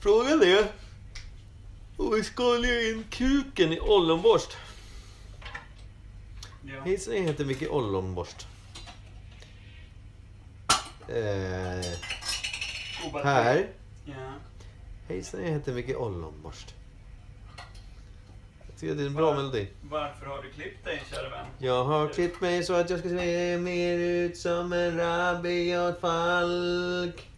Frågan är... Och vi sköljer in kuken i ollonborst. Ja. Hej säger inte mycket ollonborst. Eh, Tobak. här. Ja. Hej säger inte mycket ollonborst. Jag tycker det är en bra melodi. Varför har du klippt dig, kära vän? Jag har klippt mig så att jag ska se mer ut som en rabiat falk.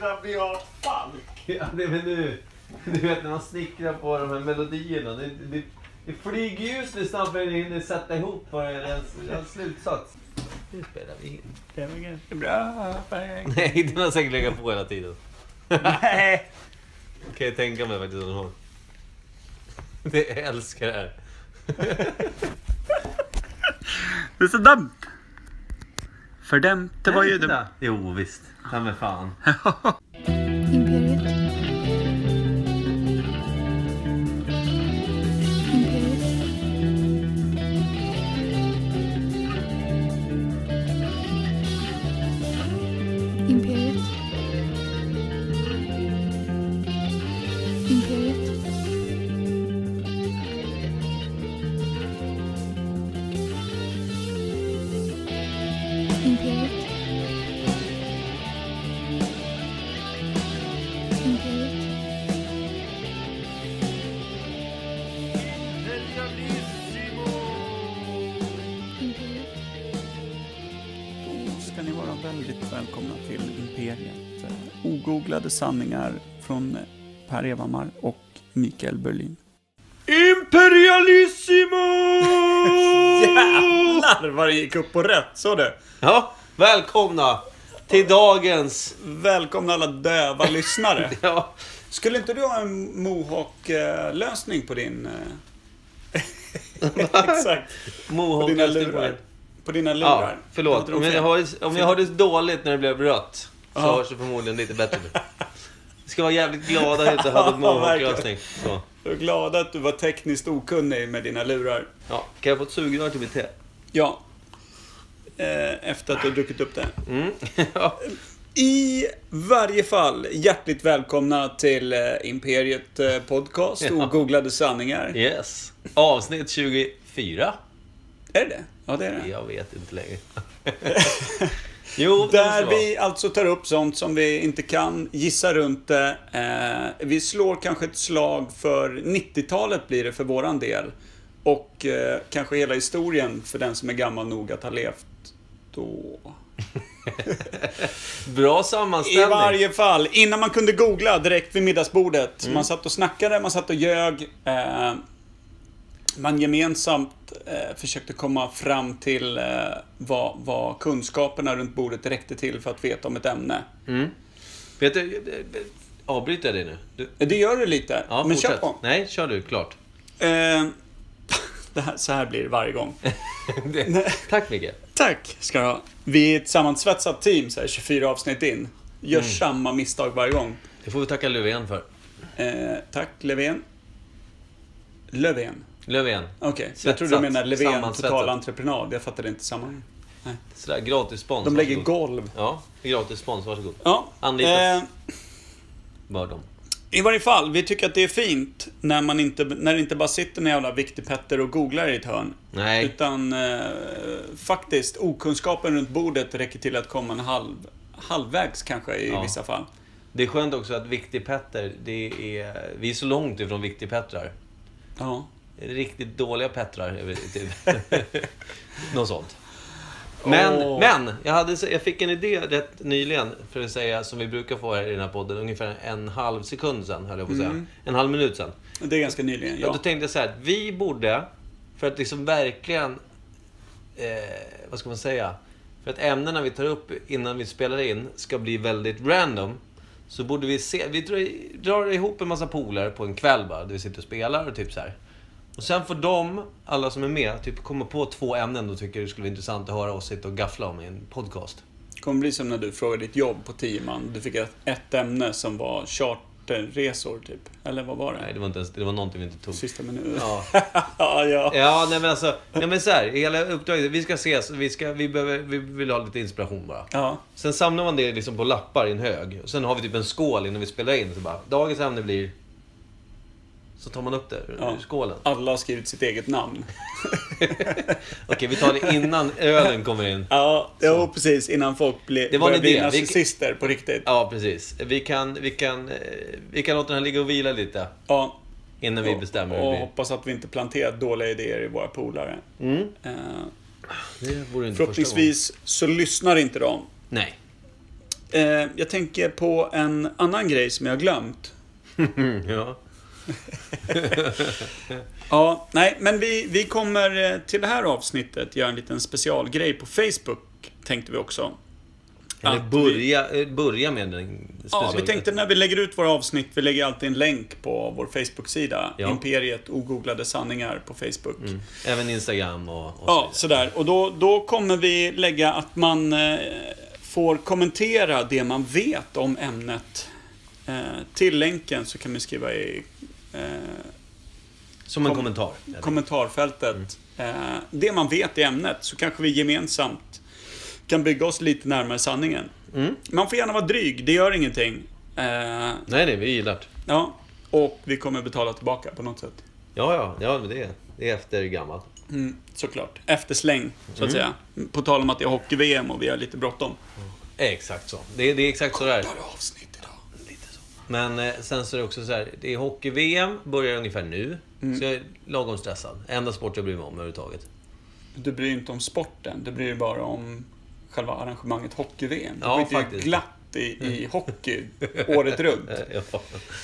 Rabiat fall. Ja, det är väl nu. Du vet när man snickrar på de här melodierna. Det, det, det flyger ju ut nu snabbare än du hinner sätta ihop vad det är ens, ens slutsats. Nu spelar vi in. Det var ganska bra. Nej, den har säkert legat på hela tiden. Nej. Kan jag tänka mig faktiskt att den har. Det jag älskar det här. Det är så dumt. För dem, det var ju dumt. Jo, visst. Ta mig fan. Imperiet. Imperiet. Imperiet. Imperiet. Imperiet. Imperiet. Imperiet. Då ska ni vara väldigt välkomna till Imperiet. Eh, Ogooglade sanningar från Per Evhammar och Mikael Berlin. Imperialissimo! Jävlar vad det gick upp på rätt, så du? Ja, välkomna till dagens... Välkomna alla döva lyssnare. Ja, Skulle inte du ha en mohawk-lösning på din... eh, Exakt. På mohawk dina lurar. På dina Ja, lurar. förlåt. Hade de Om jag, fel? har, om jag har det dåligt när det blev rött så Ja. hörs det förmodligen lite bättre nu. Vi ska vara jävligt glada att jag inte hade en mohawklösning. Så. Jag är glad att du var tekniskt okunnig med dina lurar. Ja, kan jag få ett sugrör till mitt te? Ja. Eh, Efter att du har druckit upp det. Mm. Ja. I varje fall, hjärtligt välkomna till eh, Imperiet eh, Podcast, Ja. Ogooglade sanningar. Yes. Avsnitt 24. Är det det? Ja, det är det. Jag vet inte längre. Jo, det måste Där vara. vi alltså tar upp sånt som vi inte kan gissa runt det. Eh, vi slår kanske ett slag för 90-talet blir det för våran del. Och eh, kanske hela historien för den som är gammal nog att ha levt då. Bra I sammanställning. varje fall, innan man kunde googla direkt vid middagsbordet. Man satt och snackade, man satt och ljög. Eh, man gemensamt eh, försökte komma fram till eh, vad, vad kunskaperna runt bordet räckte till för att veta om ett ämne. Vet du, avbryter jag dig nu? Du... Det gör du lite, Ja, men kör fortsätt. på. Nej, kör du. Klart. Eh, det här, så här blir det varje gång. Det... Tack Micke. Tack ska du ha. Vi är ett sammansvetsat team så här 24 avsnitt in. Gör samma misstag varje gång. Det får vi tacka Löfven för. Eh, tack Löfven. Löfven. Löfven. Okej, jag Svetsat, trodde du menade Löfven sammansvetsat. total entreprenad. Jag fattade inte sammanhanget. Sådär, gratis spons. De lägger varsågod. golv. Ja, gratis spons. Varsågod. Ja. eh, Anlitas. Bör de. I varje fall, vi tycker att det är fint när, man inte, när det inte bara sitter en jävla viktig Petter och googlar i ett hörn. Nej. Utan eh, faktiskt, okunskapen runt bordet räcker till att komma en halv, halvvägs kanske i Ja. vissa fall. Det är skönt också att Viktig Petter, det är... Vi är så långt ifrån Viktig Pettrar. Ja. Riktigt dåliga Pettrar, är vi typ. Något sånt. Men, Åh. men jag, hade, så- jag fick en idé rätt nyligen, för att säga, som vi brukar få här i den här podden, ungefär en halv sekund sen, höll jag på att säga. En halv minut sen. Det är ganska nyligen, Ja. Då ja. tänkte jag så här, vi borde, för att liksom verkligen, eh, vad ska man säga, för att ämnena vi tar upp innan vi spelar in ska bli väldigt random. Så borde vi se, vi drar, drar ihop en massa polare på en kväll bara, där vi sitter och spelar och typ så här. Och sen får de, alla som är med, typ komma på två ämnen de tycker det skulle vara intressant att höra oss sitta och gaffla om i en podcast. Det kommer bli som när du frågade ditt jobb på tio man. Du fick ett, ett ämne som var chart, charterresor typ? Eller vad var det? Nej, det var, inte ens, det var någonting vi inte tog. Sista minuten. Ja. ja, ja. Ja, nej men alltså. Nej men så här, hela uppdraget. Vi ska ses, vi, ska, vi, behöver, vi vill ha lite inspiration bara. Ja. Sen samlar man det liksom på lappar i en hög. Och sen har vi typ en skål innan vi spelar in. Så bara, dagens ämne blir... Så tar man upp det ur Ja. skålen. Alla har skrivit sitt eget namn. Okej, vi tar det innan ölen kommer in. Ja, jo, precis. Innan folk ble, Det var en börjar bli idé. Vi- narcissister på riktigt. Ja, precis. Vi kan, vi kan, eh, vi kan låta den här ligga och vila lite. Ja. Innan vi bestämmer hur Och, och det hoppas att vi inte planterar dåliga idéer i våra polare. blir. Mm. Eh, Det vore inte första förhoppningsvis så lyssnar inte de. gången. Nej. Eh, jag tänker på en annan grej som jag har glömt. Mm, ja. Ja, nej, men vi, vi kommer eh, till det här avsnittet göra en liten specialgrej på Facebook, tänkte vi också. Eller Att börja, eh, börja med den Ja, special- vi tänkte när vi lägger ut våra avsnitt, vi lägger alltid en länk på vår Facebook-sida. Ja. Imperiet ogooglade sanningar på Facebook. Mm. Även Instagram och, och Ja, så sådär. Och då, då kommer vi lägga att man eh, får kommentera det man vet om ämnet. Eh, till länken så kan vi skriva i eh, vidare. Som en kom- kommentar. kommentarfältet. Eh, det man vet i ämnet så kanske vi gemensamt kan bygga oss lite närmare sanningen. Mm. Man får gärna vara dryg, det gör ingenting. Eh, Nej, nej, vi gillar det. ja, och vi kommer betala tillbaka på något sätt. Ja, ja, ja men det, det är efter gammalt. Mm, såklart. Eftersläng, så att säga. På tal om att det är hockey-VM och vi har lite bråttom. Eh, Exakt så. Det, det är exakt så det är. Kortare avsnitt idag. Lite så. Men eh, sen så är det också så här, det är hockey-VM, börjar ungefär nu. Mm. Så jag är lagom stressad. Enda sport jag bryr mig om överhuvudtaget. Du bryr dig inte om sporten, du bryr dig bara om själva arrangemanget hockey-VM. Ja, du skiter ju faktiskt. Mm. glatt i, i hockey året runt. Eh, ja.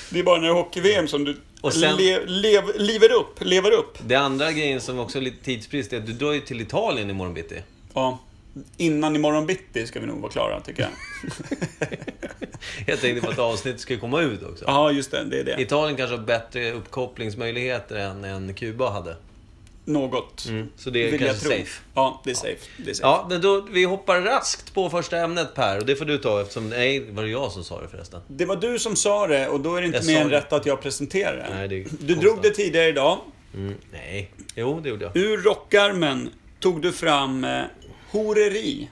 Det är bara när det är hockey-VM som du Och sen- le, lev, lever upp, lever upp. Det andra grejen som också är lite tidsbrist är att du drar ju till Italien imorgon bitti. Ja. Innan imorgon bitti ska vi nog vara klara, tycker jag. Jag tänkte på att avsnittet ska ju komma ut också. Ja, just det. Det är det. Italien kanske har bättre uppkopplingsmöjligheter än, än Kuba hade. Något. Mm. Så det är Vill jag kanske tro. safe. Ja, det är safe. Det är safe. Ja, men då, vi hoppar raskt på första ämnet Per. Och det får du ta eftersom... Nej, var det jag som sa det förresten? Det var du som sa det och då är det inte Jag mer sa än det. rätt att jag presenterar det. Nej, det är du konstant. drog det tidigare idag. Mm, nej. Jo, det gjorde jag. Ur rockarmen tog du fram eh, horeri.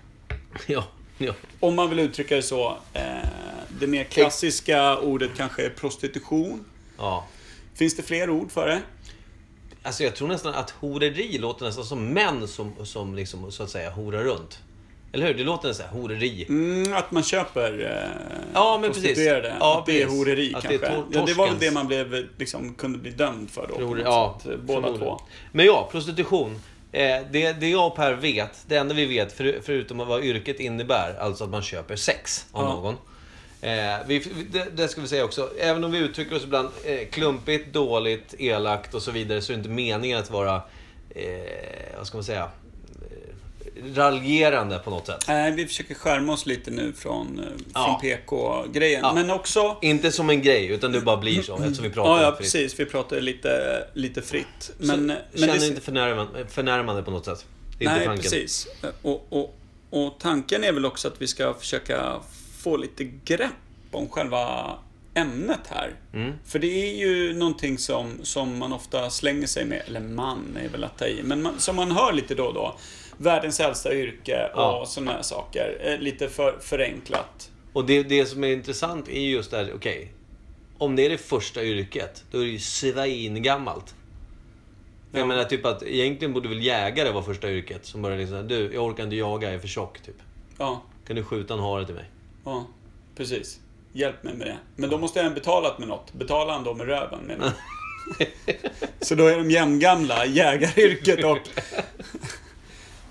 Ja, ja. Om man vill uttrycka det så. Eh, det mer klassiska ordet kanske är prostitution. ja. Finns det fler ord för det? Alltså jag tror nästan att horeri låter nästan som män som, som liksom, så att säga, horar runt. Eller hur? Det låter nästan så här, horeri. Mm, att man köper eh, Ja, men prostituerade. precis. Ja, att det är precis. horeri Att det kanske. är tor- ja, det var väl torskens. det man blev, liksom, kunde bli dömd för då. på Tror, något ja, sätt. eh, Båda förmodligen. två. Men ja, prostitution. Eh, det, det jag och Per vet, det enda vi vet för, förutom vad yrket innebär, alltså att man köper sex av Ja. någon. Eh, vi, vi- det, det ska vi säga också, även om vi uttrycker oss ibland eh, klumpigt, dåligt, elakt och så vidare så är det inte meningen att vara, eh, vad ska man säga, eh, raljerande på något sätt. Nej, Eh, vi försöker skärma oss lite nu från, eh, Ja. från PK-grejen. Ja. Men också... Inte som en grej, utan det bara blir så eftersom vi pratar Ja, ja, fritt. precis. Vi pratar lite, lite fritt. Men, eh, men Känner det- inte förnärmande, förnärmande på något sätt. Det är Nej, inte tanken. precis. Och, och, och tanken är väl också att vi ska försöka få lite grepp om själva ämnet här. Mm. För det är ju någonting som, som man ofta slänger sig med, eller man är väl att ta i, men man, som man hör lite då och då. Världens äldsta yrke och Ja. sådana här saker. Eh, Lite för, förenklat. Och det, det som är intressant är just det här, okej. om det är det första yrket, då är det ju svingammalt. Ja. Jag menar typ att egentligen borde väl jägare vara första yrket. Som börjar liksom, du, jag orkar inte jaga, jag är för tjock typ. Ja, Kan du skjuta en hare till mig? ja, precis. Hjälp mig med det. Men då måste jag ha betalat med något. Betalar han då med röven? menar jag. Så då är de jämngamla, jägaryrket och...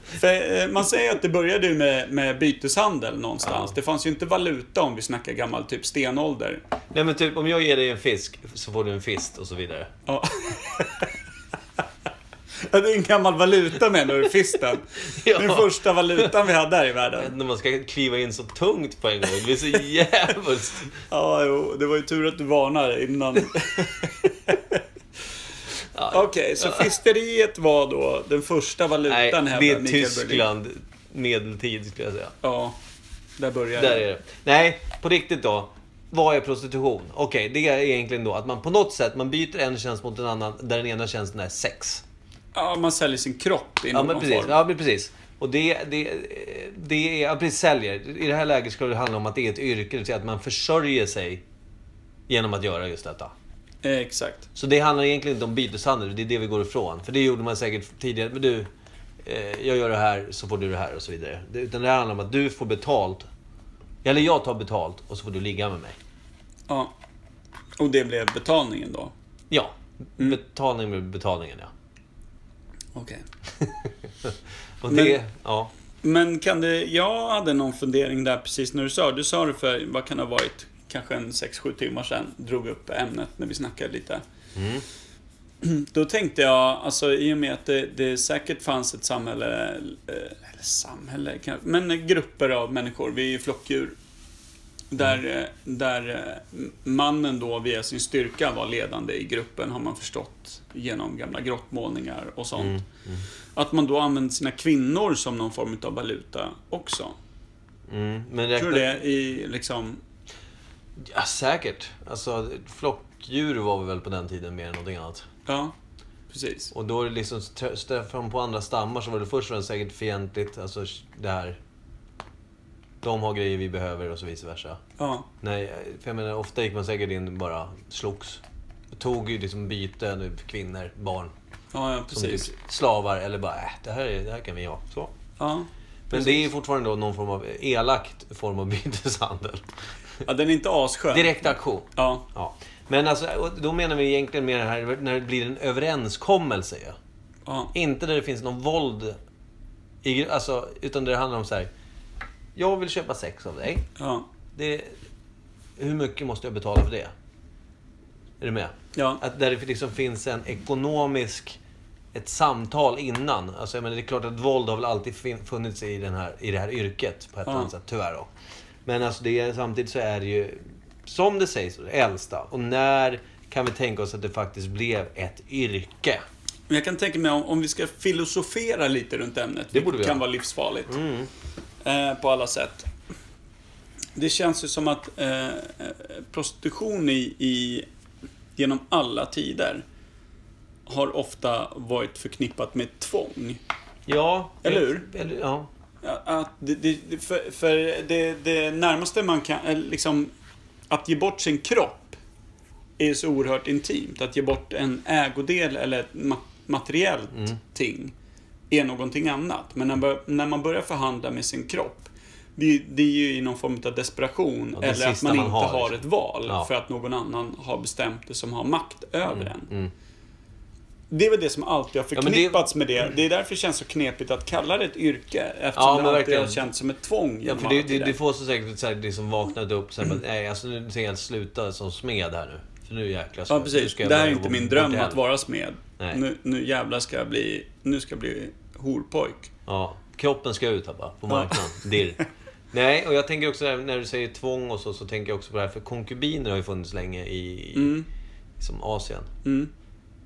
För eh, man säger att det började ju med, med byteshandel någonstans. Ja. Det fanns ju inte valuta om vi snackar gammal typ stenålder. Nej men typ, om jag ger dig en fisk så får du en fist och så vidare. Ja. Ja, det är en gammal valuta menar du, fisten? Ja. Den första valutan vi hade här i Jag vet världen. inte om man ska kliva in så tungt på en gång. Det blir så jävligt. Ja, jo, det var ju tur att du varnade innan. Ja. Okej, så fisteriet var då den första Nej, valutan det hävdar är Mikael Berlin. Tyskland medeltid skulle jag säga. Ja, där började Där är det. Nej, på riktigt då. Vad är prostitution? Okej, det är egentligen då att man på något sätt man byter en tjänst mot en annan där den ena tjänsten är sex. Ja, man säljer sin kropp i Ja, någon men precis. form. Ja, men precis. Och det, det, det är, ja, precis, säljer. I det här läget skulle det handla om att det är ett yrke, det vill säga att man försörjer sig genom att göra just detta. Eh, Exakt. Så det handlar egentligen inte om byteshandel, det är det vi går ifrån. För det gjorde man säkert tidigare. Men du, eh, jag gör det här så får du det här och så vidare. Det- Utan det handlar om att du får betalt. Eller jag tar betalt och så får du ligga med mig. Ja. Och det blev betalningen då. Ja, Mm. betalning med betalningen ja. Okej. Och Men- det, ja. Men kan det... Jag hade någon fundering där precis när du sa. Du sa det för, vad kan det ha varit, kanske en 6-7 timmar sedan. Drog upp ämnet när vi snackade lite. Då tänkte jag, alltså i och med att det, det säkert fanns ett samhälle, eh, eller samhälle kanske, men grupper av människor, vi är ju flockdjur. Där, eh, där eh, mannen då via sin styrka var ledande i gruppen har man förstått genom gamla grottmålningar och sånt. Att man då använder sina kvinnor som någon form av valuta också. Mm. Men räkna, Tror du det? I liksom... Ja, säkert. Alltså, flockdjur var vi väl på den tiden mer än någonting annat. Ja, precis. Och då är det liksom, trö- stö- fram på andra stammar så var det först och främst säkert fientligt. Alltså det här. De har grejer vi behöver och så vice versa. Ja, Nej, för jag menar ofta gick man säkert in och bara slogs. Tog ju liksom byten ur kvinnor, barn. ja, ja Som precis. typ slavar eller bara äh, det här, är, det här kan vi ha. Så. Ja. Men det är ju fortfarande då någon form av elakt form av byteshandel. ja, den är inte asskön. Direkt aktion. Ja, Ja. Men alltså, och då menar vi egentligen mer det här när det blir en överenskommelse ju. ja. Inte där det finns någon våld. I, alltså, utan där det handlar om så här. Jag vill köpa sex av dig. Ja, Det, hur mycket måste jag betala för det? Är du med? ja, Att där det liksom finns en ekonomisk... Ett samtal innan. Alltså, jag menar, det är klart att våld har väl alltid fin- funnits i, den här, i det här yrket på ett Ja. annat sätt, tyvärr. Då. Men alltså det, är- samtidigt så är det ju, som det sägs, det äldsta. Och när kan vi tänka oss att det faktiskt blev ett yrke? Men jag kan tänka mig om, om vi ska filosofera lite runt ämnet. vilket borde vi kan göra. Mm. vara livsfarligt. Eh, på alla sätt. Det känns ju som att eh, eh, prostitution i, i, genom alla tider har ofta varit förknippat med tvång. Ja. Eller hur? Eller, ja. Ja, Att det, det, det- för för det, det närmaste man kan, eh, liksom, att ge bort sin kropp är så oerhört intimt. Att ge bort en ägodel eller ett ma- materiellt Mm. ting är någonting annat. Men när, man bör- när man börjar förhandla med sin kropp, det, det är ju i någon form av desperation Ja, det eller att sista man, man inte har, har, liksom. ett val Ja. för att någon annan har bestämt det som har makt över en. Mm. Det är väl det som alltid har men det- förknippats med det. Det är därför det känns så knepigt att kalla det ett yrke. Eftersom Ja, det men alltid har verkligen. känts som ett tvång. Ja, genom för det, alla det, tider. det får så säkert så här, liksom vaknat upp så här, bara, nej alltså nu tänker jag sluta som smed här nu. För nu jäklar så, ja, nu precis. ska jag Det här är börja inte gå min bort dröm till att helvete. vara smed. Nej. Nu, nu jävlar ska jag bli... Nu ska jag bli horpojk. Ja, kroppen ska ut här bara, på marknaden. Dirr. Nej, och jag tänker också där, när du säger tvång och så, så tänker jag också på det här. För konkubiner har ju funnits länge i Mm. som Asien. Mm.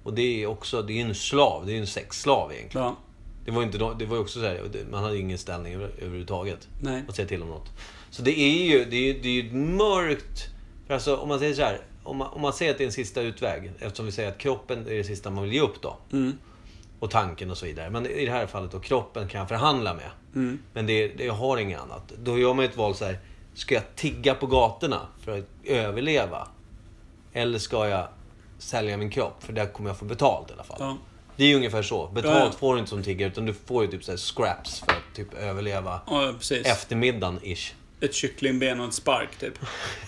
Och det är också, det är ju en slav. Det är ju en sexslav egentligen. Ja. Det var ju inte, de- det var ju också så här, det- man hade ju ingen ställning över, överhuvudtaget. Nej. Att säga till om något. Så det är ju, det är ju, det är ju ett mörkt... För alltså om man säger så här, om man, om man säger att det är en sista utväg. Eftersom vi säger att kroppen är det sista man vill ge upp då. Mm. Och tanken och så vidare. Men i det här fallet då, kroppen kan jag förhandla med. Mm. Men det, det, jag har inget annat. Då gör man ju ett val så här. Ska jag tigga på gatorna för att överleva? Eller ska jag sälja min kropp? För där kommer jag få betalt i alla fall. Ja. Det är ju ungefär så. Betalt Ja, ja. får du inte som tiggare utan du får ju typ så här scraps för att typ överleva ja, precis. eftermiddagen-ish. Ett kycklingben och ett spark, typ.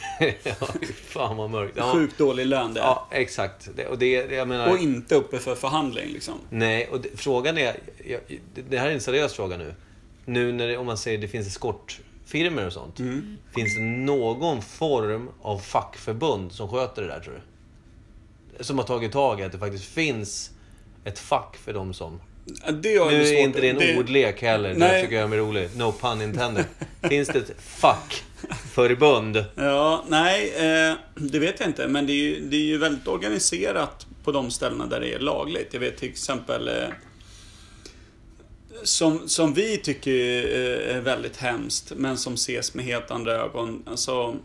ja, fy fan vad mörkt. Ja, Sjukt dålig lön det. ja exakt. Det, och det, det- jag menar... Och inte uppe för förhandling, liksom. Nej, och det, frågan är... Jag, det- det här är en seriös fråga nu. Nu när det, om man säger det finns eskortfirmor och sånt. Mm. Finns det någon form av fackförbund som sköter det där tror du? Som har tagit tag i att det faktiskt finns ett fack för de som... Det har jag Nu svårt är inte det en ordlek heller. Det Nej. här försöker jag göra mig rolig. No pun intended. Finns det ett fackförbund? Ja, nej, eh, det vet jag inte. Men det är, ju, det är ju väldigt organiserat på de ställena där det är lagligt. Jag vet till exempel eh, som, som vi tycker eh, är väldigt hemskt, men som ses med helt andra ögon. Alltså,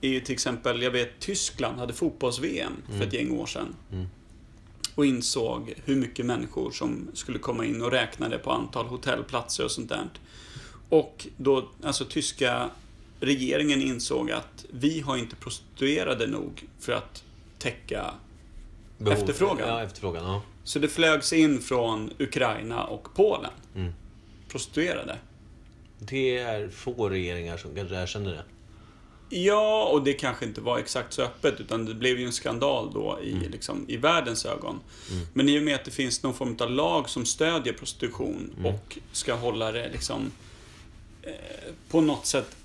i till exempel, jag vet Tyskland hade fotbolls-VM för ett gäng år sedan. Och insåg hur mycket människor som skulle komma in och räknade på antal hotellplatser och sånt där. Och då, alltså tyska regeringen insåg att vi har inte prostituerade nog för att täcka Behov. Efterfrågan. Ja, efterfrågan. Ja. så det flögs in från Ukraina och Polen. Prostituerade. Det är få regeringar som kanske erkänner det. Ja, och det kanske inte var exakt så öppet, utan det blev ju en skandal då i, Mm. liksom, i världens ögon. Men i och med att det finns någon form av lag som stödjer prostitution Mm. och ska hålla det liksom eh, på något sätt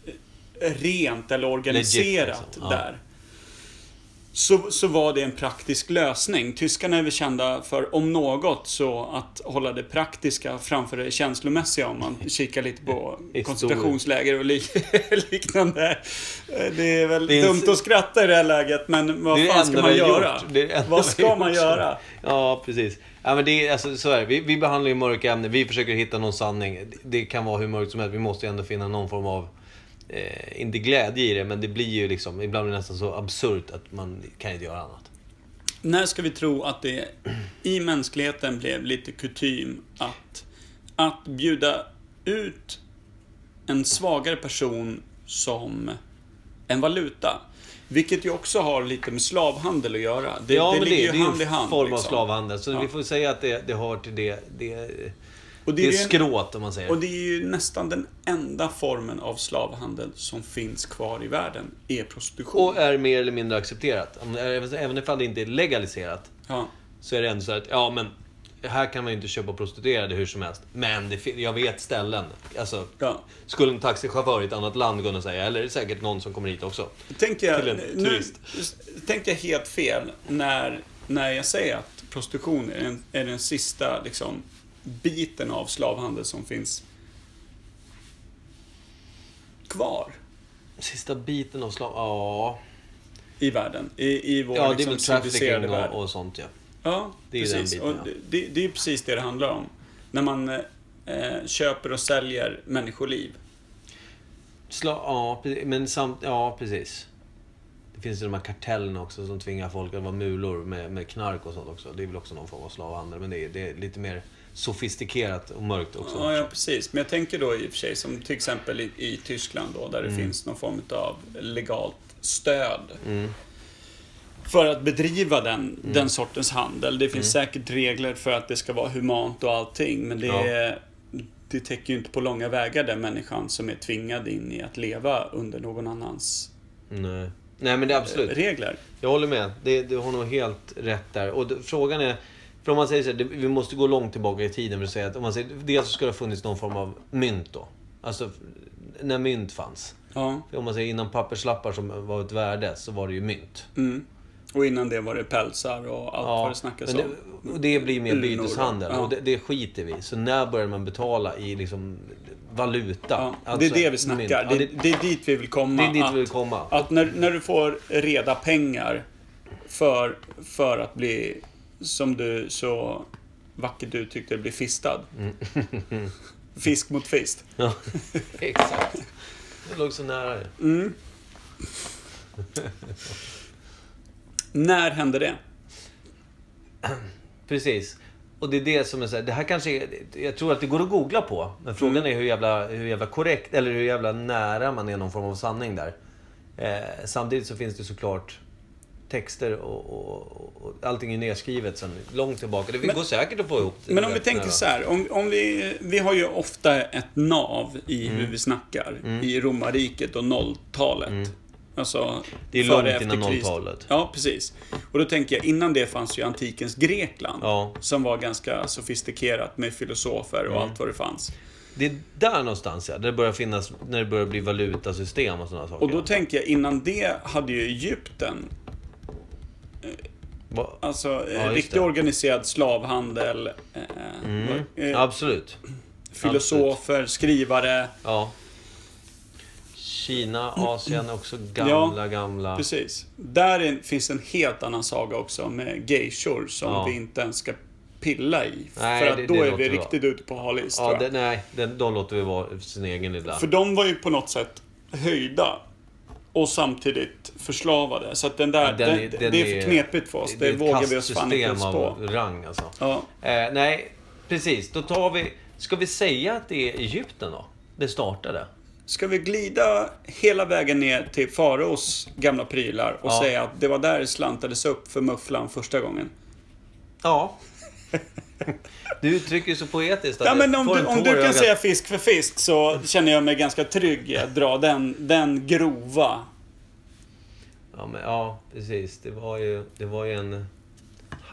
eh, rent eller organiserat liksom, ja. där. Så, så var det en praktisk lösning. Tyskarna är väl kända för, om något, så att hålla det praktiska framför det känslomässiga om man kikar lite på Historia. koncentrationsläger och lik, liknande. Eh, Det är väl Det är en- dumt att skratta i det här läget, men vad det är det fan enda ska vi man har göra? gjort. Det är det enda Vad vi ska har man gjort. göra? Ja, precis. Ja, men det är, alltså, så är det. Vi, vi behandlar ju mörka ämnen. Vi försöker hitta någon sanning. Det- Det kan vara hur mörkt som helst. Vi måste ju ändå finna någon form av... Eh, inte glädje i det, men det blir ju liksom... Ibland blir det nästan så absurt att man kan inte göra annat. När ska vi tro att det i mänskligheten blev lite kutym att, att bjuda ut en svagare person som en valuta? Vilket ju också har lite med slavhandel att göra. Det, ja, det men ligger det, ju det är hand i en hand. form liksom. av slavhandel. Så Ja. vi får säga att det, det hör till det... Det, det, Och är ju en- skråt, om man säger. Och det är ju nästan den enda formen av slavhandel som finns kvar i världen, är prostitution. Och eh, är mer eller mindre accepterat. Om- även- Även ifall det inte är legaliserat. ja. så är det ändå så här att, ja men här kan man ju inte köpa prostituerade hur som helst. Men det, fin- jag vet ställen. Alltså, Ja. skulle en taxichaufför i ett annat land kunna säga, eller är det säkert någon som kommer hit också. Tänker Till en jag, nu, turist. tänker jag helt fel när, när jag säger att prostitution är den, är den sista liksom, biten av slavhandel som finns kvar Sista biten av slav... Ja, i världen. I, i vår ja det är liksom, väl civiliserade trafficking värld. och, och sånt ja. Ja, Det är ju precis. den biten, och ja. det, det är ju precis det det handlar om. När man eh, köper och säljer människoliv. Sla, ja, pre- men samt, ja, precis. Det finns ju de här kartellerna också som tvingar folk att vara mulor med, med knark och sånt också. Det är väl också någon form av slavhandel. Men det är, det är lite mer sofistikerat och mörkt också. Ja, ja, precis. Men jag tänker då i och för sig som till exempel i, i Tyskland då, där det Mm. finns någon form av legalt stöd. Mm. För att bedriva den, den sortens handel. Det finns säkert regler för att det ska vara humant och allting, men det, Mm. Ja. är, det täcker ju inte på långa vägar den människan som är tvingad in i att leva under någon annans eh, Nej. Nej, men det är absolut. regler. Jag håller med. Det, du har nog helt rätt där. Och det, frågan är... För om man säger så här, det, vi måste gå långt tillbaka i tiden för att säga att om man säger, dels så ska det ha funnits någon form av mynt då. Alltså, f- när mynt fanns. Ja. Om man säger innan papperslappar som var ett värde, så var det ju mynt. Mm. Och innan det var det pälsar och allt vad det snackas men om. det, och det blir mer Ulnor, byteshandel. ja. Och det, det skiter vi i. Så när börjar man betala i liksom valuta? Ja, Alltså, det är det vi snackar. mynt. Ja, det, det, är dit vi vill komma. Det är dit att, vi vill komma. Att när, när du får reda pengar för, för att bli, som du så vackert du tyckte bli fistad. Mm. Fisk mot fist. Ja, exakt. Det låg så nära det. När hände det? Precis. Och det är det som är så här, det här kanske är, Jag tror att det går att googla på. Men frågan Mm. är hur jävla, hur jävla korrekt, eller hur jävla nära man är någon form av sanning där. Eh, samtidigt så finns det såklart texter och, och, och- och allting är nedskrivet sen långt tillbaka. Det Men- går säkert att få ihop det. Men om vi rätt tänker nära. så här. Om, om vi, vi har ju ofta ett nav i Mm. hur vi snackar. I romarriket och nolltalet. Alltså, Mm. Det är före långt efter innan Krist- 0-talet. Ja, precis. Och då tänker jag, innan det fanns ju antikens Grekland. Ja. Mm. Som var ganska sofistikerat med filosofer och allt vad det fanns. Det är där någonstans ja, där det börjar finnas, när det börjar bli valutasystem och sådana saker. Och då tänker jag, innan det hade ju Egypten, Va- alltså eh, Ja, just riktigt det. organiserad slavhandel, eh, Mm. eh, Absolut. filosofer, skrivare. Ja. Kina, Asien är också gamla, Ja, gamla... Precis. Där är, finns en helt annan saga också med geishor som Ja. vi inte ens ska pilla i. Nej, för att det- då det är vi låter bra. riktigt ute på hal is, Ja, tror det, jag. nej, den, de låter vi vara sin egen lilla. För de var ju på något sätt höjda och samtidigt förslavade. Så att den där, Den är- den, den det är är- för knepigt för oss. Det, är ett vågar vi oss fan inte kastsystem ens på. av rang alltså. Ja. Eh, nej, precis. Då tar vi... Ska vi säga att det är Egypten då? Det startade? Ska vi glida hela vägen ner till faraos gamla prylar och Ja. säga att det var där det slantades upp för mufflan första gången? Ja. Du uttrycker det så poetiskt. att Ja, jag men om får du, en om tår i du kan ögat. säga fisk för fisk så känner jag mig ganska trygg i att dra den, den grova. Ja, men, ja, precis. Det var ju, det var ju en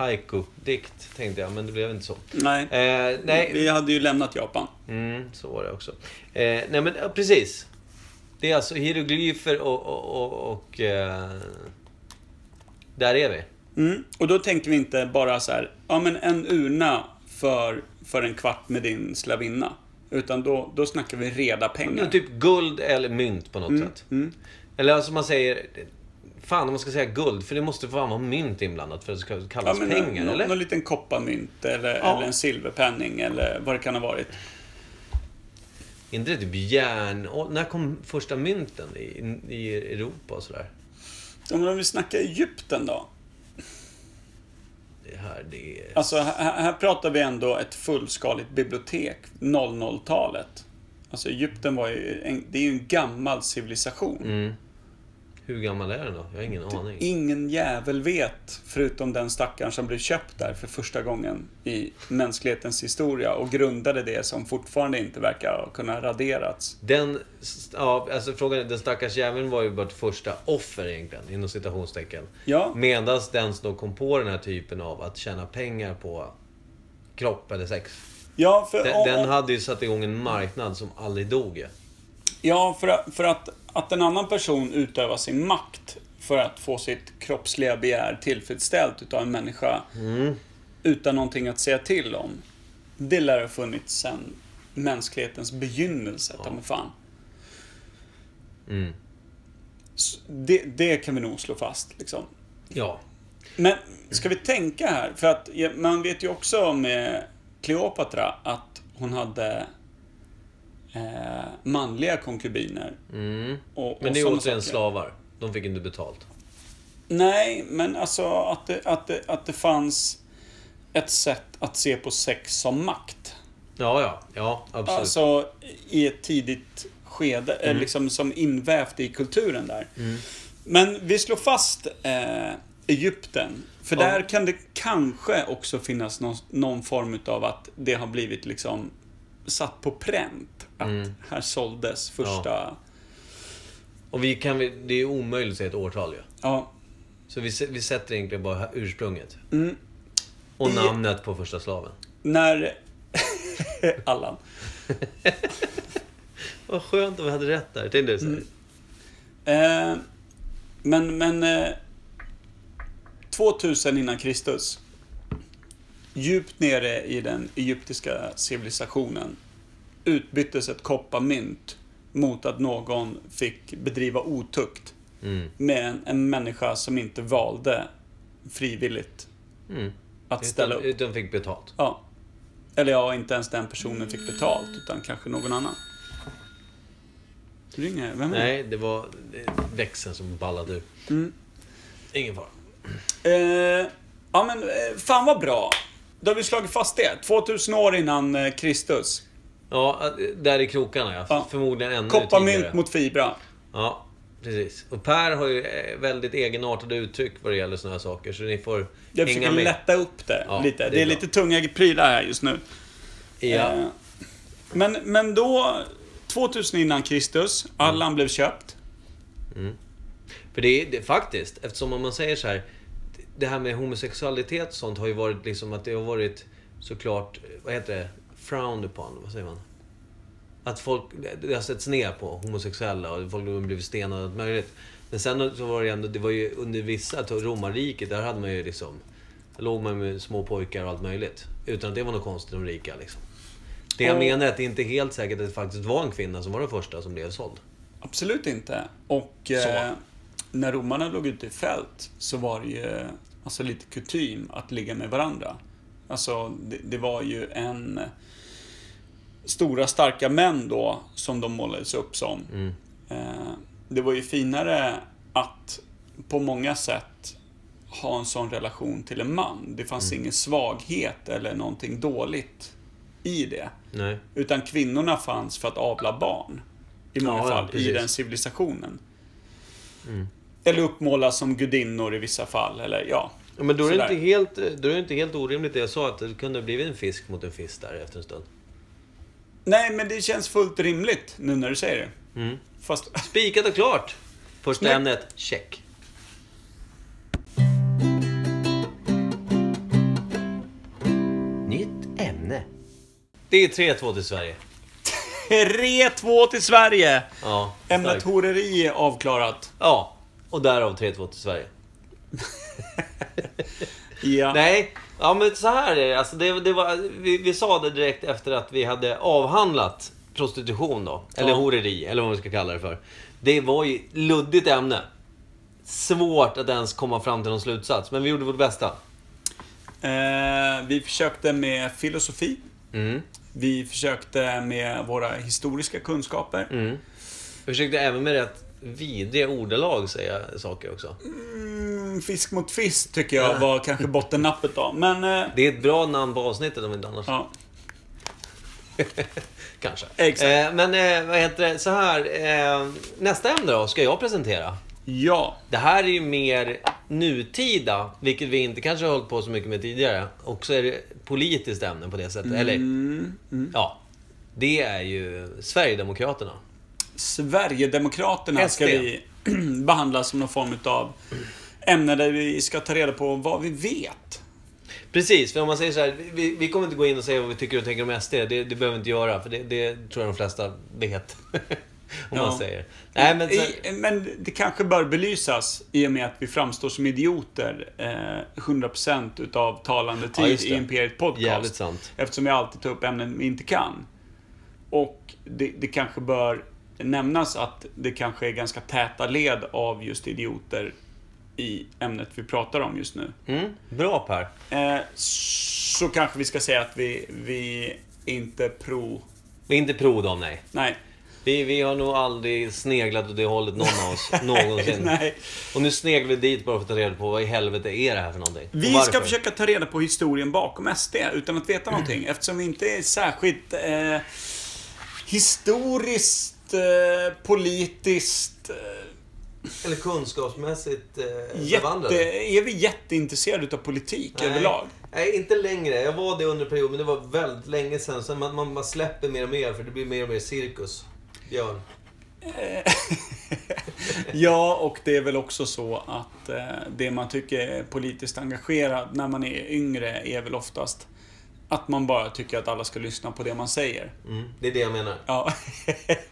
haiku-dikt, tänkte jag. Men det blev inte så. Nej. Eh, nej, Vi hade ju lämnat Japan. Mm, så var det också. Eh, nej men ja, precis. Det är alltså hieroglyfer och... och, och, och eh, där är vi. Mm. Och då tänker vi inte bara så här, ja men en urna för, för en kvart med din slavinna. Utan då, då snackar vi reda pengar. Men typ guld eller mynt på något Mm, sätt. Eller alltså man säger... Fan om man ska säga guld, för det måste fan vara mynt inblandat för att det ska Ja, kallas men pengar, någon, eller? någon liten kopparmynt eller, Ja. eller en silverpenning eller vad det kan ha varit. Inte det typ järn... Och, när kom första mynten i, i Europa och sådär? Om vi snackar Egypten då? Det här, det är... Alltså här, här pratar vi ändå ett fullskaligt bibliotek, 00-talet. Alltså Egypten var ju en, det är ju en gammal civilisation. Mm. Hur gammal är den då? Jag har ingen Typ aning. Ingen jävel vet, förutom den stackaren som blev köpt där för första gången i mänsklighetens historia och grundade det som fortfarande inte verkar ha kunnat raderats. Den, ja, alltså frågan är, den stackars jäveln var ju vårt första offer egentligen, inom citationstecken. Ja. Medan den som då kom på den här typen av att tjäna pengar på kropp eller sex. Ja, för, Den, om- den hade ju satt igång en marknad som aldrig dog ju. ja, för, att- för att, att en annan person utövar sin makt för att få sitt kroppsliga begär tillfredsställt utav en människa utan någonting att säga till om. Det lär ha funnits sedan mänsklighetens begynnelse, ta mig fan. Mm. S- Det, det kan vi nog slå fast, liksom. Ja. Men ska vi tänka här? För att ja, man vet ju också om eh, Kleopatra att hon hade eh, manliga konkubiner. Mm. Och, och Men det är ju sådana återigen saker. slavar. De fick inte betalt. Nej, men alltså att det, att, det, att det fanns ett sätt att se på sex som makt. Ja, ja. Ja, absolut. Mm. Alltså i ett tidigt skede, eh, liksom som invävt i kulturen där. Men vi slår fast eh, Egypten. För Ja. där kan det kanske också finnas någon, någon form utav att det har blivit liksom satt på pränt. Att Mm. här såldes första... Ja. Och vi kan, vi- det är omöjligt att säga ett årtal ju. Så vi, s- vi sätter egentligen bara ursprunget. Mm. Och I- namnet på första slaven. När... Allan. Vad skönt om vi hade rätt där. Tänkte jag säga. Mm. Eh, men, men... Eh, 2000 innan Kristus. Djupt nere i den egyptiska civilisationen utbyttes ett kopparmynt mot att någon fick bedriva otukt Mm. med en, en människa som inte valde frivilligt Mm. att ställa Utan, upp. utan fick betalt. Ja. Eller ja, inte ens den personen fick betalt, utan kanske någon annan. Ringer, vem är det? Nej, det var eh, växeln som ballade ur. Mm. Ingen fara. Eh, ja men eh, fan vad bra. Då har vi slagit fast det. 2000 år innan eh, Kristus. Ja, eh, där i krokarna ja. Ja. Förmodligen ännu Kopparmynt tidigare. mot fibra. Ja, precis. Och Per har ju eh, väldigt egenartade uttryck vad det gäller såna här saker. Så ni får Jag hänga försöker med. lätta upp det Ja, lite. det är Det är, bra. lite tunga prylar här just nu. Ja. Eh, men, men då, 2000 innan Kristus, Mm. Allan blev köpt. För det är det, faktiskt, eftersom om man säger så här. Det här med homosexualitet och sånt har ju varit liksom att det har varit såklart, eh, vad heter det? Frowned upon, vad säger man? Att folk, det har setts ner på homosexuella och folk har blivit stenade och allt möjligt. Men sen så var det ändå, det var ju under vissa, att romarriket, där hade man ju liksom, där låg man med små pojkar och allt möjligt. Utan att det var något konstigt, de rika liksom. Det jag Och- menar är att det inte är helt säkert att det faktiskt var en kvinna som var den första som blev såld. Absolut inte. Och eh, när romarna låg ute i fält så var det ju alltså, lite kutym att ligga med varandra. Alltså, det, det var ju en... eh, Stora starka män då, som de målades upp som. Eh, det var ju finare att på många sätt ha en sån relation till en man. Det fanns ingen svaghet eller någonting dåligt i det. Nej. Utan kvinnorna fanns för att avla barn. I många Ja, ja, fall, i precis. Mm. den civilisationen. Eller uppmålas som gudinnor i vissa fall, eller ja. Ja, men då är, det Sådär. inte helt, då är det inte helt orimligt det jag sa, att det kunde ha blivit en fisk mot en fisk där efter en stund. Nej, men det känns fullt rimligt nu när du säger det. Mm. Fast, Spikat och klart! Första Snyggt. ämnet, check. Nytt ämne. Det är 3-2 till Sverige. 3-2 till Sverige! Ja, Ämnet starkt. horeri är avklarat. Ja, och därav 3-2 till Sverige. Ja. Nej, ja men så här är det. Alltså det, det var, vi, vi sa det direkt efter att vi hade avhandlat prostitution då. Eller Ja. horeri, eller vad man ska kalla det för. Det var ju ett luddigt ämne. Svårt att ens komma fram till någon slutsats, men vi gjorde vårt bästa. Eh, vi försökte med filosofi. Mm. Vi försökte med våra historiska kunskaper. Mm. Jag försökte även med rätt vidriga ordalag säga saker också. Mm, fisk mot fisk tycker jag var kanske bottennappet då. Men, eh, Det är ett bra namn på avsnittet om inte annars. ja. Kanske. Exakt. Eh, men eh, vad heter det? Så här. Eh, nästa ämne då, ska jag presentera. Ja. Det här är ju mer nutida, vilket vi inte kanske har hållit på så mycket med tidigare. Och så är det politiskt ämne på det sättet. Eller, Mm, mm. ja. Det är ju Sverigedemokraterna. Sverigedemokraterna ska SD. vi behandla som någon form av ämne där vi ska ta reda på vad vi vet. Precis, för om man säger så här, vi, vi kommer inte gå in och säga vad vi tycker och tänker om SD. Det, det behöver vi inte göra, för det, det tror jag de flesta vet. om Ja. man säger. Nej, men så, I, men det kanske bör belysas i och med att vi framstår som idioter eh, 100% utav talande Ja, tid just i det. Imperiet Podcast. Jävligt sant. Eftersom vi alltid tar upp ämnen vi inte kan. Och det, det kanske bör nämnas att det kanske är ganska täta led av just idioter i ämnet vi pratar om just nu. mm, bra Per. Eh, så kanske vi ska säga att vi, vi är inte pro... Vi är inte pro dem, nej. Nej. Vi, vi har nog aldrig sneglat åt det hållet, någon av oss, någonsin. Nej. Och nu sneglar vi dit bara för att ta reda på vad i helvete är det här för någonting? Och Vi varför? Mm. ska försöka ta reda på historien bakom SD utan att veta någonting. Eftersom vi inte är särskilt eh, historiskt, eh, politiskt... Eh, Eller kunskapsmässigt eh, jätte, bevandrade. är vi jätteintresserade av politik Nej. överlag? Nej, inte längre. Jag var det under en period, men det var väldigt länge sedan. Sen man, man, man släpper mer och mer, för det blir mer och mer cirkus. Björn. Eh, Ja, och det är väl också så att eh, det man tycker är politiskt engagerad när man är yngre är väl oftast att man bara tycker att alla ska lyssna på det man säger. Mm, det är det jag menar. Ja.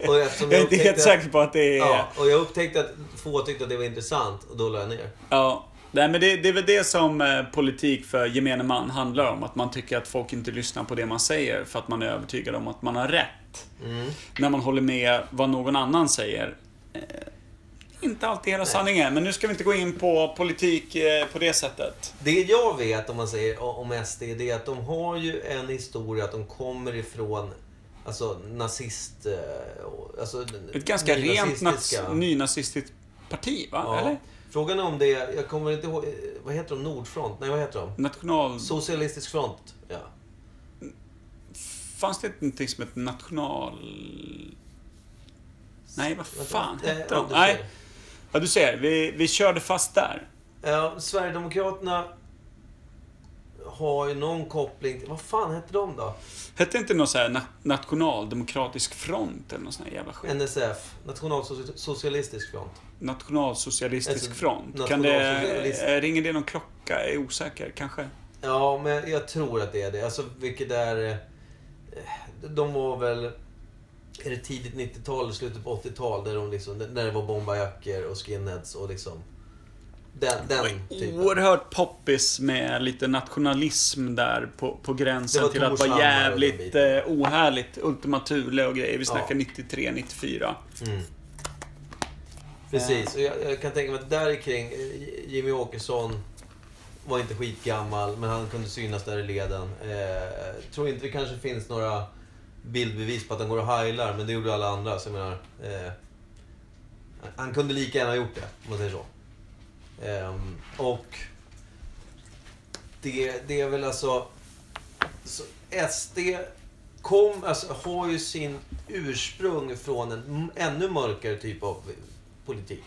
Och eftersom Jag är inte helt upptäckte- säker på att det är... Ja, och jag upptäckte att få tyckte att det var intressant, och då la jag ner. Ja. Nej, men det, det är väl det som eh, politik för gemene man handlar om. Att man tycker att folk inte lyssnar på det man säger för att man är övertygad om att man har rätt. Mm. När man håller med vad någon annan säger. Eh, inte alltid hela sanningen, men nu ska vi inte gå in på politik eh, på det sättet. Det jag vet om man säger o- om SD, det är att de har ju en historia att de kommer ifrån Alltså nazist... eh, och- Alltså, Ett ganska rent nynazistiska- naz- nynazistiskt parti, va? Ja. Eller? Frågan är om det... Jag kommer inte ihåg... eh, Vad heter de? Nordfront? Nej, vad heter de? National... Socialistisk front. Ja. Fanns det inte någonting som ett national... Nej, vad fan Eh, hette ja, de? du ser. Nej, ja, du ser. Vi, vi körde fast där. Ja, Sverigedemokraterna har ju någon koppling till... Vad fan hette de då? Hette inte någon så här na- nationaldemokratisk front eller någon sån här jävla skit? NSF. Nationalsocialistisk front. Nationalsocialistisk Alltså, front. Kan nationalsocialist. det... eh, Ringer det någon klocka? Jag är osäker, kanske. Ja, men jag tror att det är det. Alltså, vilket är... eh, De var väl... Är det tidigt 90-tal, slutet på 80-tal, där, de liksom, där det var bombajacker och skinheads och liksom... Den, den typen. Oerhört poppis med lite nationalism där på, på Det gränsen var till att vara Torshammar och den jävligt biten. eh, ohärligt. Ultima Thule och grejer. Vi snackar Ja. 93, 94. Mm. Precis, och jag, jag kan tänka mig att där kring eh, Jimmy Åkesson var inte skitgammal, men han kunde synas där i leden. Eh, tror inte det kanske finns några bildbevis på att han går och heilar, men det gjorde alla andra. Så jag menar, eh, han kunde lika gärna ha gjort det, om man säger så. Ehm, och det, det är väl alltså... Så SD kom, alltså, har ju sin ursprung från en m- ännu mörkare typ av politik.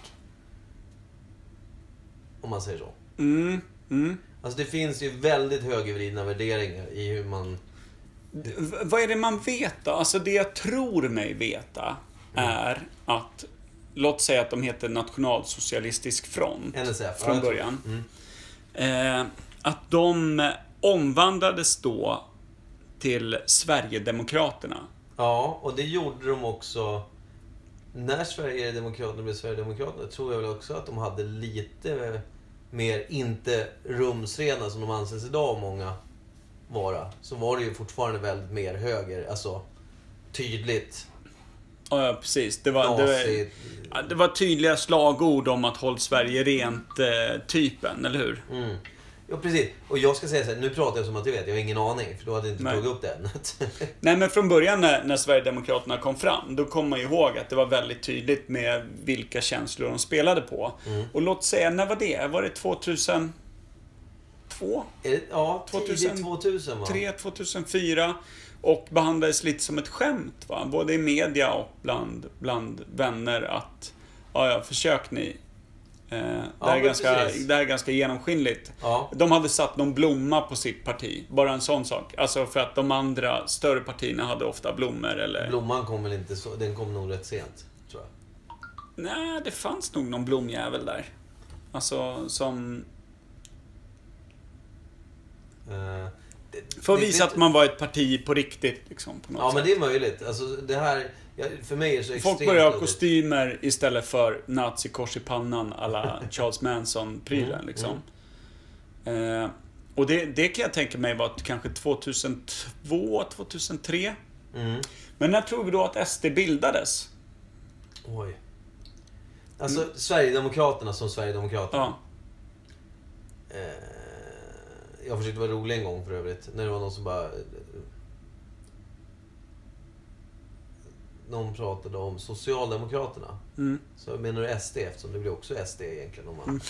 Om man säger så. Mm, mm. Alltså det finns ju väldigt högervridna värderingar i hur man... V- vad är det man vet då? Alltså det jag tror mig veta Mm. är att, låt säga att de heter Nationalsocialistisk front NSF. ja, från jag tror- början. Mm. Eh, att de omvandlades då till Sverigedemokraterna. Ja, och det gjorde de också... När Sverigedemokraterna blev Sverigedemokraterna tror jag väl också att de hade lite mer, inte rumsrena som de anses idag av många vara. Så var det ju fortfarande väldigt mer höger, alltså tydligt. Ja, ja, precis. Det var, det, var- Nazi... ja, det var tydliga slagord om att håll Sverige rent-typen, eller hur? Mm. Ja, precis. Och jag ska säga så här, nu pratar jag som att du vet, jag har ingen aning, för då hade jag inte Nej. tagit upp det ämnet. Nej, men från början när, när Sverigedemokraterna kom fram, då kom man ju ihåg att det var väldigt tydligt med vilka känslor de spelade på. Mm. Och låt säga, när var det? Var det 2002? Är det- ja, 2000, tidigt 2000 va? 2003, 2004? Och behandlades lite som ett skämt, va? både i media och bland, bland vänner att ja, ja, försök ni. Eh, det, Ja, här är men ganska, precis. det här är ganska genomskinligt. Ja. De hade satt någon blomma på sitt parti. Bara en sån sak. Alltså för att de andra större partierna hade ofta blommor eller... Blomman kom väl inte så, den kom nog rätt sent, tror jag. Nej, det fanns nog någon blomjävel där. Alltså som... Eh, det- För att det- visa det- att man var ett parti på riktigt. Liksom, på något Ja, sätt. men det är möjligt. Alltså, det här... jag- För mig är det så Folk extremt började ha luddigt. kostymer istället för nazikors i pannan alla Charles Manson-prylen. Mm, liksom. Eh, och det, det kan jag tänka mig var kanske 2002, 2003. Mm. Men när tror vi då att SD bildades? Oj. Alltså, Mm. Sverigedemokraterna som Sverigedemokraterna. Ja. Eh, jag försökte vara rolig en gång för övrigt. När det var någon som bara... eh, Någon pratade om Socialdemokraterna. Mm. Så jag menar du SD eftersom det blir också SD egentligen om man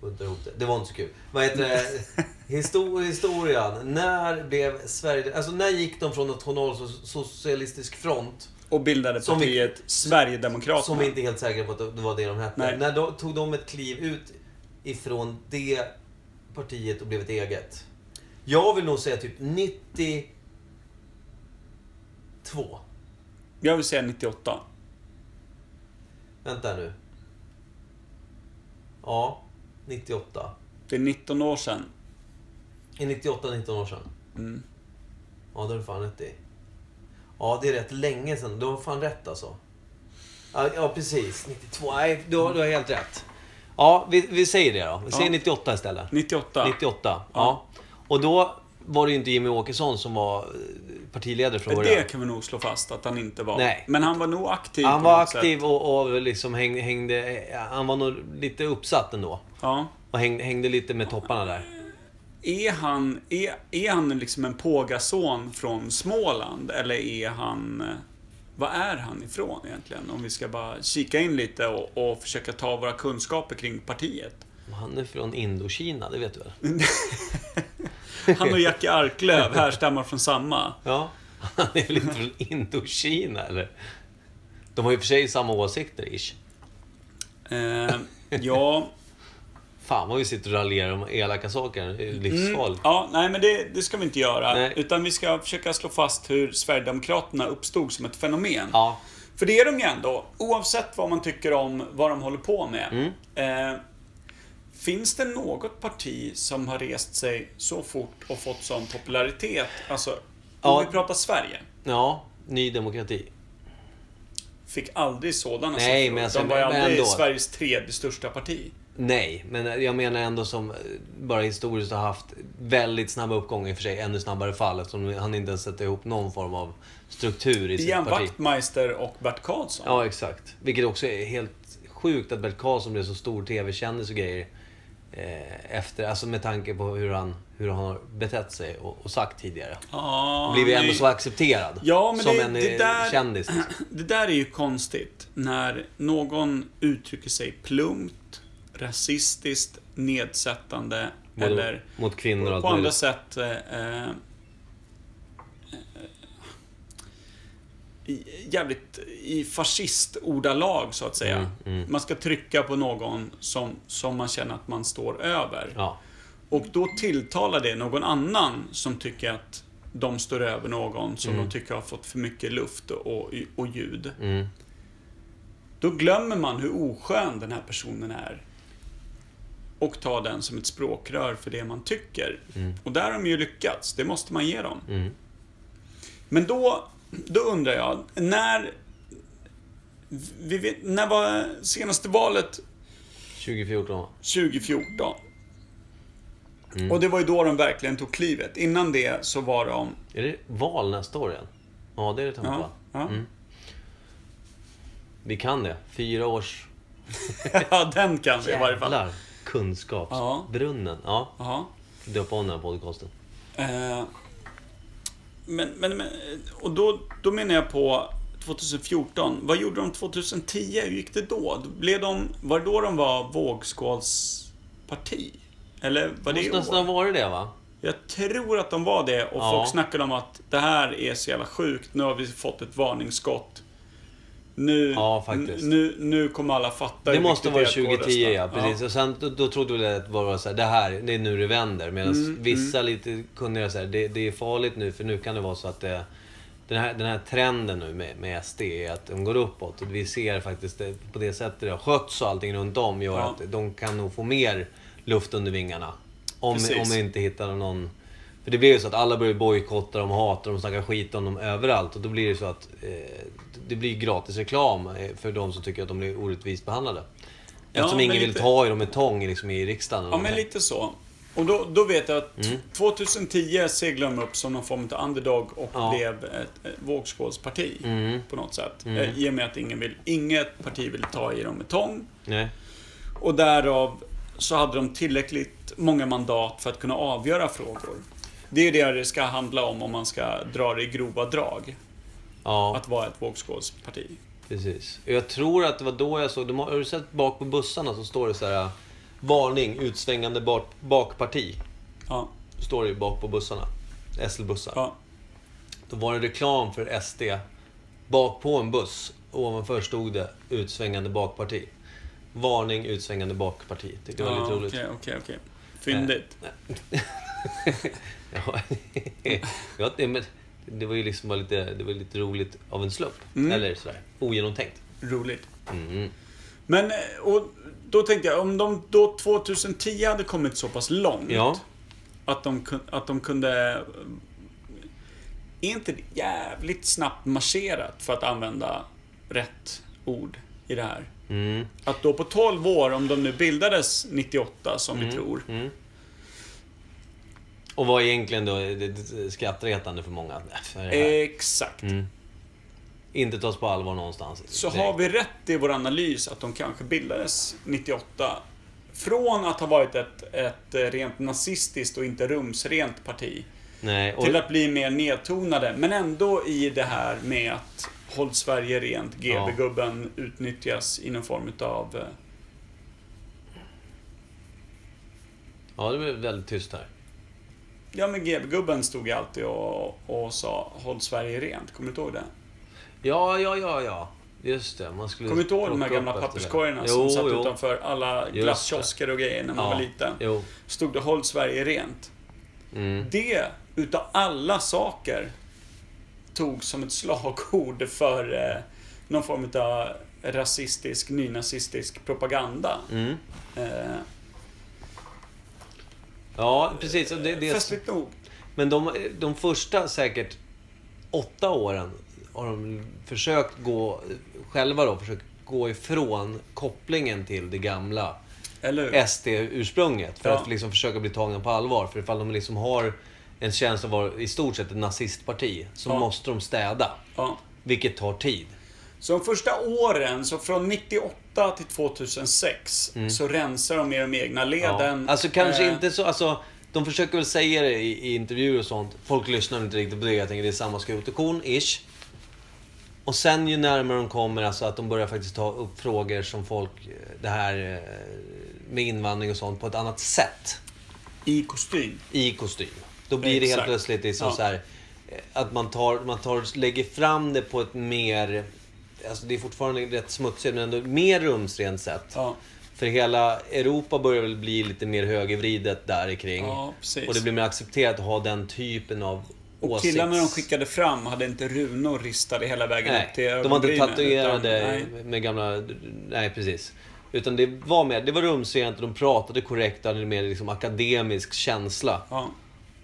buntar ihop det. Det var inte så kul. Vad heter det? Histor- historien. När blev Sverige... Alltså när gick de från nationalsocialistisk front, Och bildade Som vi- partiet Sverigedemokraterna. som vi inte är helt säkra på att det var det de hette. Nej. När då, tog de ett kliv ut ifrån det partiet och blev ett eget? Jag vill nog säga typ 92. Jag vill säga 98. Vänta nu. Ja, 98. Det är 19 år sedan. Är 98 19 år sedan? Mm. Ja, det har du fan rätt i. Ja, det är rätt länge sedan. Du har fan rätt alltså. Ja, ja precis. 92. Nej, du har, du har helt rätt. Ja, vi, vi säger det då. Vi säger Ja. 98 istället. 98. 98. Ja. Och då var det ju inte Jimmy Åkesson som var eh, partiledare från början. Det kan vi nog slå fast att han inte var. Nej. Men han var nog aktiv Han på var något sätt. aktiv och, och liksom hängde, hängde... eh, Han var nog lite uppsatt ändå. Ja. Och hängde, hängde lite med topparna där. Är han, är, är han liksom en pågason från Småland? Eller är han... eh, Vad är han ifrån egentligen? Om vi ska bara kika in lite och, och försöka ta våra kunskaper kring partiet. Han är från Indokina, det vet du väl? Han och Jackie Arklöv härstammar från samma. Ja. Han är väl inte från Indokina, eller? De har ju i och för sig samma åsikter, ish. Eh, ja, Fan vad vi sitter och raljerar om elaka saker. här. Det är livsfarligt. Mm, Ja, nej men det, det ska vi inte göra. Nej. Utan vi ska försöka slå fast hur Sverigedemokraterna uppstod som ett fenomen. Ja. För det är de ju ändå, oavsett vad man tycker om vad de håller på med. Mm. Eh, finns det något parti som har rest sig så fort och fått sån popularitet? Alltså, om Ja. vi pratar Sverige. Ja, Ny Demokrati. Fick aldrig sådana Nej, siffror. men alltså, de var ju men aldrig ändå. Sveriges tredje största parti. Nej, men jag menar ändå som eh, bara historiskt har haft väldigt snabba uppgångar i och för sig. Ännu snabbare fall eftersom han inte ens sätter ihop någon form av struktur i sitt Ian parti. Wachtmeister och Bert Karlsson. Ja, exakt. Vilket också är helt sjukt att Bert Karlsson blev så stor tv-kändis och grejer. Eh, efter, alltså med tanke på hur han, hur han har betett sig och, och sagt tidigare. Ja, Blivit han är ändå ju- så accepterad. Ja, men som det- en det eh, där- kändis. liksom. Det där är ju konstigt när någon uttrycker sig plumpt, rasistiskt, nedsättande Mot, eller mot kvinnor och på allt andra möjligt. sätt eh, eh, i- jävligt i fascistordalag så att säga. Mm, mm. Man ska trycka på någon som, som man känner att man står över. Ja. Och då tilltalar det någon annan som tycker att de står över någon som de tycker har fått för mycket luft och, och ljud. Mm. Då glömmer man hur oskön den här personen är. Och tar den som ett språkrör för det man tycker. Och där har de ju lyckats, det måste man ge dem. Mm. Men då, då undrar jag, när... Vi vet, när var senaste valet 2014 va? 2014? Mm. Och det var ju då de verkligen tog klivet. Innan det så var de... Är det val nästa år igen? Ja, det är det tänkt Ja, va? ja. Vi kan det. Fyra års ja den kan vi i varje fall. jävlar kunskapsbrunnen. Ja. Ja. Döpa om den här podcasten. Eh, men, men, men, och då, då menar jag på 2014. Vad gjorde de 2010? Hur gick det då? Då Blev de, var det då de var vågskålsparti? Eller var Det det i måste nästan år? ha varit det va? Jag tror att de var det och Ja. folk snackade om att det här är så jävla sjukt. Nu har vi fått ett varningsskott. Nu, Ja, faktiskt. nu, nu kommer alla fatta Det hur måste vara viktigt det är att gå och 2010 ja, rösta. precis. Och sen då, då trodde vi att det var så här, det här, det är nu det vänder. Medan vissa lite kunde göra så här, det, det är farligt nu för nu kan det vara så att det, den, här, den här trenden nu med, med SD är att de går uppåt. Och vi ser faktiskt det, på det sättet det har skötts och allting runt om gör Ja. att de kan nog få mer luft under vingarna. Om, Precis. om vi inte hittar någon... För det blir ju så att alla börjar bojkotta dem, hata dem, snacka skit om dem överallt. Och då blir det så att eh, det blir gratis reklam eh, för de som tycker att de blir orättvist behandlade. Ja, Eftersom men ingen vill lite- ta i dem med tång liksom, i riksdagen. eller Ja, men någonting. lite så. Och då, då vet jag att Mm. 2010 seglade de upp som någon form av underdog och Ja. Mm. blev ett, ett vågskålsparti på något sätt. Eh, I och med att ingen vill, inget parti vill ta i dem med tång. Nej. Och därav så hade de tillräckligt många mandat för att kunna avgöra frågor. Det är ju det det ska handla om om man ska dra det i grova drag. Ja, Att vara ett vågskålsparti. precis. Och Jag tror att det var då jag såg... De har, har du sett bak på bussarna så står det så här... Varning, utsvängande bak, bakparti. Ja, Står det ju bak på bussarna. SL-bussar. ja, Då var det reklam för SD. Bak på en buss. Ovanför stod det utsvängande bakparti. Varning utsvängande bakparti. Tyckte det var lite ja, roligt. okej, okej, okej. Fyndigt. Ja, ja, det, men, det var ju liksom bara lite, det var lite roligt av en slump. Mm. Eller sådär, ogenomtänkt. Roligt. Mm. Men eh, och då tänkte jag, om de då 2010 hade kommit så pass långt Ja. att, de, kun- att de kunde... eh, Är inte det jävligt snabbt marscherat för att använda rätt ord i det här? Mm. Att då på 12 år, om de nu bildades 98 som vi tror. Mm. Och var egentligen då det- det skrattretande för många. Nej, för det Eh, här. Exakt. Inte tas på allvar någonstans. Så direkt. har vi rätt i vår analys att de kanske bildades 98 från att ha varit ett, ett eh, rent nazistiskt och inte rumsrent parti Nej, och, Till att bli mer nedtonade, men ändå i det här med att Håll Sverige rent, GB-gubben utnyttjas i någon form utav... eh, Ja, det blev väldigt tyst här. Ja men GB-gubben stod ju alltid och, och sa Håll Sverige rent, kommer du inte ihåg det? Ja, ja, ja, ja. Just det. Man skulle Kommer du inte ihåg de här plocka gamla upp efter det. papperskorgarna jo, som satt jo. utanför alla det. glasskiosker och grejer när man Ja, var liten? Jo. Stod det Håll Sverige rent? Mm. Det, utav alla saker, tog som ett slagord för eh, någon form utav rasistisk, nynazistisk propaganda. Mm. Eh, Ja, precis. Och Det, det, Festligt nog. men de, de första säkert åtta åren har de försökt gå, själva då, försökt gå ifrån kopplingen till det gamla Eller hur? SD-ursprunget. För Ja. att liksom försöka bli tagna på allvar. För ifall de liksom har en känsla av att vara i stort sett ett nazistparti, så Ja. måste de städa. Ja. Vilket tar tid. Så de första åren, så från 98 till 2006, så rensar de i de egna leden. Mm. Ja. Alltså kanske Eh, inte så... Alltså, de försöker väl säga det i, i intervjuer och sånt. Folk lyssnar inte riktigt på det. Jag tänker det är samma skrot och korn, ish. Och sen ju närmare de kommer, alltså att de börjar faktiskt ta upp frågor som folk... eh, Det här... eh, med invandring och sånt på ett annat sätt I kostym. i kostym. Då blir det helt Exakt. plötsligt liksom Ja. så här, eh, att man, tar, man tar, lägger fram det på ett mer... Alltså det är fortfarande rätt smutsigt, men ändå mer rumsrent sätt. Ja. För hela Europa börjar väl bli lite mer högervridet där kring. Ja, precis. och det blir mer accepterat att ha den typen av Och åsikts- killarna de skickade fram hade inte runor ristade hela vägen upp till Nej, de var inte ögonbrynen, tatuerade utan- nej. med gamla... Nej, precis. Utan det var mer, det var rumsrent och de pratade korrekt, hade mer liksom akademisk känsla. Ja.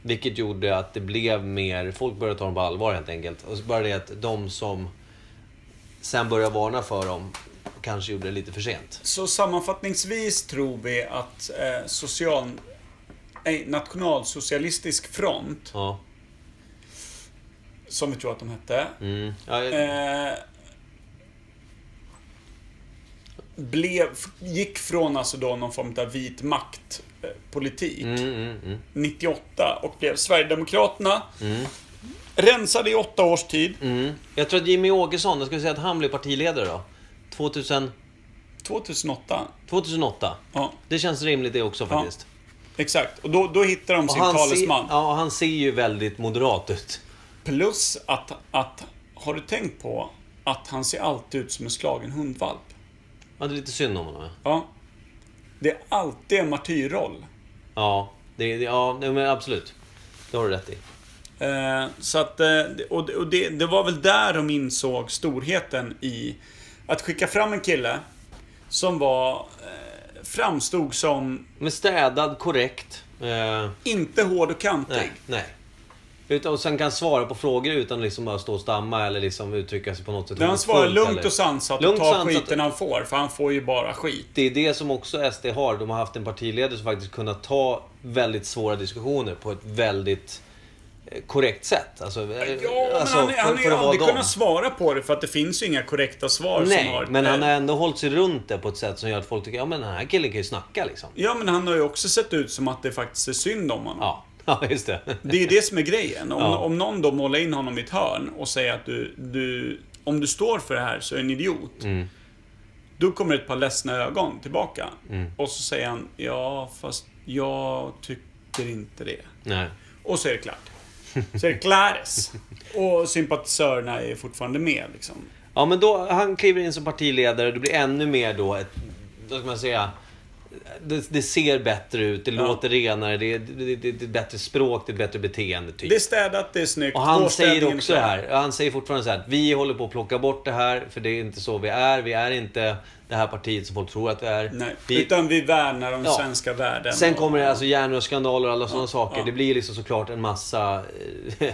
Vilket gjorde att det blev mer, folk började ta dem på allvar helt enkelt. Och så bara det att de som sen började varna för dem kanske gjorde det lite för sent. Så sammanfattningsvis tror vi att eh, social... Nej, nationalsocialistisk front, Ja. som vi tror att de hette, Mm. ja jag- eh, blev, gick från alltså då någon form av vit makt eh, politik mm, mm, mm. 98 och blev Sverigedemokraterna. Rensade i åtta års tid. Mm. Jag tror att Jimmy Åkesson, jag skulle säga att han blev partiledare då. 2000, 2008. 2008. Ja, Det känns rimligt det också faktiskt. exakt. Och då, då hittar de sin ser, talesman. ja, och han ser ju väldigt moderat ut. Plus att, att, har du tänkt på att han ser alltid ut som en slagen hundvalp? Ja, det är lite synd om honom. ja. Ja. Det är alltid en martyrroll. Ja, det, det- ja nej, men absolut. Det har du rätt i. Eh, så att, eh, och det, och det, det var väl där de insåg storheten i att skicka fram en kille som var, eh, framstod som Men städad, korrekt. Eh, inte hård och kantig. Nej, nej. Utan, och sen kan svara på frågor utan liksom bara stå och stamma eller liksom uttrycka sig på något sätt. Där han svarar hotfullt lugnt eller- och sansat Lugnt och tar sansat. skiten han får, för han får ju bara skit. Det är det som också SD har. De har haft en partiledare som faktiskt kunnat ta väldigt svåra diskussioner på ett väldigt eh, korrekt sätt. Alltså, eh, Ja, alltså, men han, är- han har ju att vara aldrig dem. kunnat svara på det för att det finns ju inga korrekta svar som Nej, har... Eh, men han har ändå hållit sig runt det på ett sätt som gör att folk tycker ja men den här killen kan ju snacka liksom. Ja, men han har ju också sett ut som att det faktiskt är synd om honom. Ja, ja just det. Det är ju det som är grejen. Om, Ja. om någon då målar in honom i ett hörn och säger att du, du, om du står för det här så är du en idiot. Mm. Då kommer ett par ledsna ögon tillbaka. Mm. Och så säger han, ja fast jag tycker inte det. Nej. Och så är det klart. Så är det klares. Och sympatisörerna är fortfarande med liksom. Ja, men då, han kliver in som partiledare. Det blir ännu mer då ett... Vad ska man säga? Det, det ser bättre ut, det låter renare, det, det, det, det är bättre språk, det är bättre beteende. Typ. Det är städat, det är snyggt. och han vårstädningen säger är också det klar. här. Han säger fortfarande så här att vi håller på att plocka bort det här, för det är inte så vi är. Vi är inte det här partiet som folk tror att vi är. Nej, Vi, utan vi värnar om Ja. svenska värden. sen och- kommer det alltså järnrörsskandaler och alla sådana saker. ja. Det blir liksom såklart en massa... eh,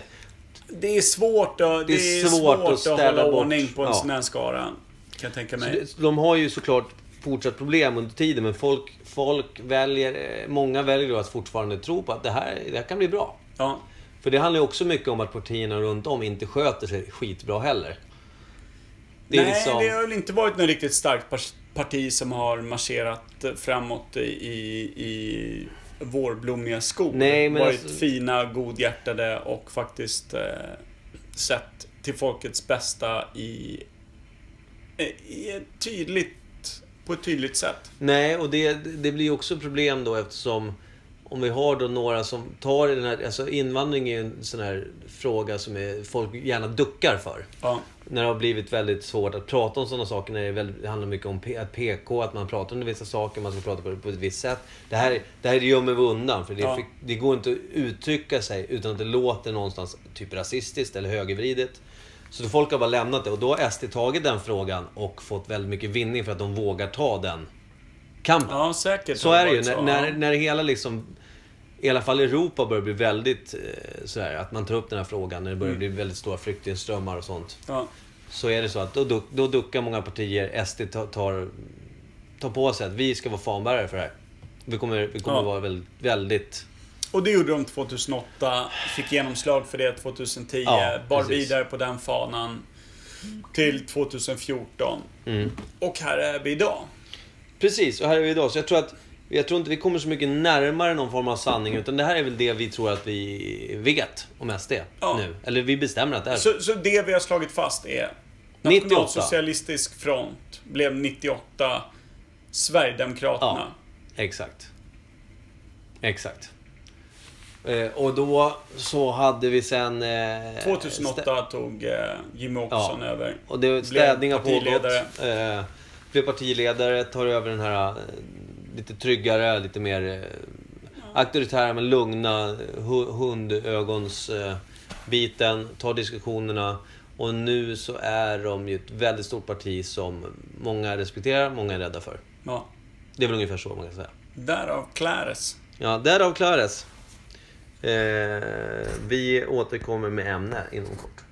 Det är svårt att, det är svårt att, städa hålla bort. ordning på en Ja. sån här skara. Kan jag tänka mig. Så De har ju såklart fortsatt problem under tiden, men folk, folk väljer, eh, många väljer ju att fortfarande tro på att det här, det här kan bli bra. Ja. För det handlar ju också mycket om att partierna runt om inte sköter sig skitbra heller. Det är Nej, liksom, det har väl inte varit något riktigt starkt par- parti som har marscherat framåt i, i, i vårblommiga skog. Nej, men varit alltså- fina, godhjärtade och faktiskt eh, sett till folkets bästa i, eh, i ett tydligt, på ett tydligt sätt. nej, och det, det blir ju också problem då eftersom om vi har då några som tar i den här... Alltså invandring är ju en sån här fråga som är, folk gärna duckar för. Ja. När det har blivit väldigt svårt att prata om sådana saker. När det, väldigt, det handlar mycket om P- att PK, att man pratar om vissa saker, man ska prata på, på ett visst sätt. Det här, det här gömmer vi undan. För det, Ja. fick, det går inte att uttrycka sig utan att det låter någonstans typ rasistiskt eller högervridet. Så då folk har bara lämnat det. Och då har SD tagit den frågan och fått väldigt mycket vinning för att de vågar ta den kampen. Ja, säkert. Så har är det ju. varit När, så, när, ja. när hela liksom... I alla fall Europa börjar bli väldigt eh, sådär, att man tar upp den här frågan när det Mm. börjar bli väldigt stora flyktingströmmar och sånt Ja. så är det så att då, duck- då duckar många partier. SD ta- tar, tar på sig att vi ska vara fanbärare för det här. Vi kommer, vi kommer Ja. vara väldigt... väldigt Och det gjorde de 2008, fick genomslag för det 2010, Ja, bar precis. vidare på den fanan till 2014. Och här är vi idag. mm. Precis, och här är vi idag. Så jag tror att jag tror inte vi kommer så mycket närmare någon form av sanning. Utan det här är väl det vi tror att vi vet om SD Ja. nu. Eller vi bestämmer att det är så. Så, så det vi har slagit fast är 98. Nationalsocialistisk front blev 98 Sverigedemokraterna. Ja. Exakt. Exakt. Eh, och då så hade vi sen... Eh, 2008 tog eh, Jimmy Åkesson Ja. över. Och det städning har Blev pågått. partiledare. Eh, blev partiledare, tar över den här eh, lite tryggare, lite mer eh, auktoritära men lugna eh, hu- hundögons eh, biten, tar diskussionerna. Och nu så är de ju ett väldigt stort parti som många respekterar, många är rädda för. Ja. Det är väl ungefär så man kan säga. Därav Clares. Ja, därav Clares. Eh, vi återkommer med ämne inom kort.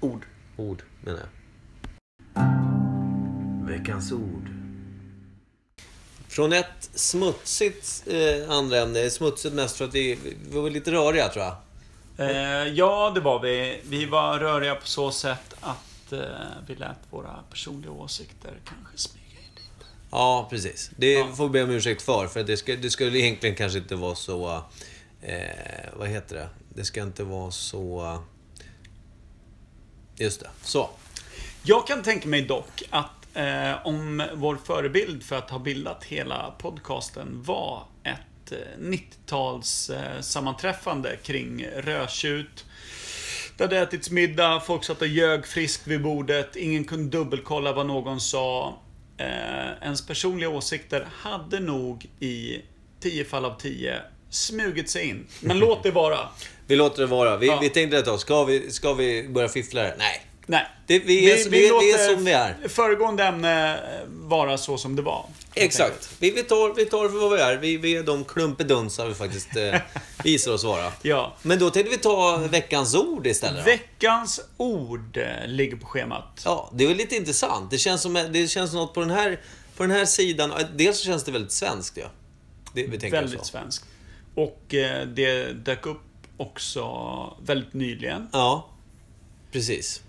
Ord. Ord, menar jag. Veckans ord. Från ett smutsigt eh, andra ämne. Smutsigt mest för att vi, vi var lite röriga, tror jag. Eh, ja, det var vi. Vi var röriga på så sätt att eh, vi lät våra personliga åsikter kanske smyga in lite. Ja, precis. Det får vi be om ursäkt för. För det, ska, det skulle egentligen kanske inte vara så... Eh, vad heter det? Det ska inte vara så... Just det. Så. Jag kan tänka mig dock att eh, om vår förebild för att ha bildat hela podcasten var ett eh, 90-tals eh, sammanträffande kring rödtjut. Det hade ätits middag, folk satt och ljög friskt vid bordet, ingen kunde dubbelkolla vad någon sa. Eh, ens personliga åsikter hade nog i 10 fall av 10 smugit sig in. Men låt det vara. Vi låter det vara. Vi, Ja. vi tänkte ett tag, ska vi, ska vi börja fiffla här? Nej. Nej. Det- vi är- vi är- vi är som vi är. föregående ämne eh, vara så som det var. Exakt. Vi, vi, tar, vi tar för vad vi är. Vi, vi är de klumpedunsar vi faktiskt eh, visar oss vara. Ja. Men då tänkte vi ta veckans ord istället. då. Veckans ord eh, ligger på schemat. Ja, det är väl lite intressant. Det känns som det känns som något på den här, på den här sidan. Eh, Dels så känns det väldigt svenskt ja. Det, vi tänker Väldigt så. svenskt. Och eh, det dök upp också väldigt nyligen. Ja, precis.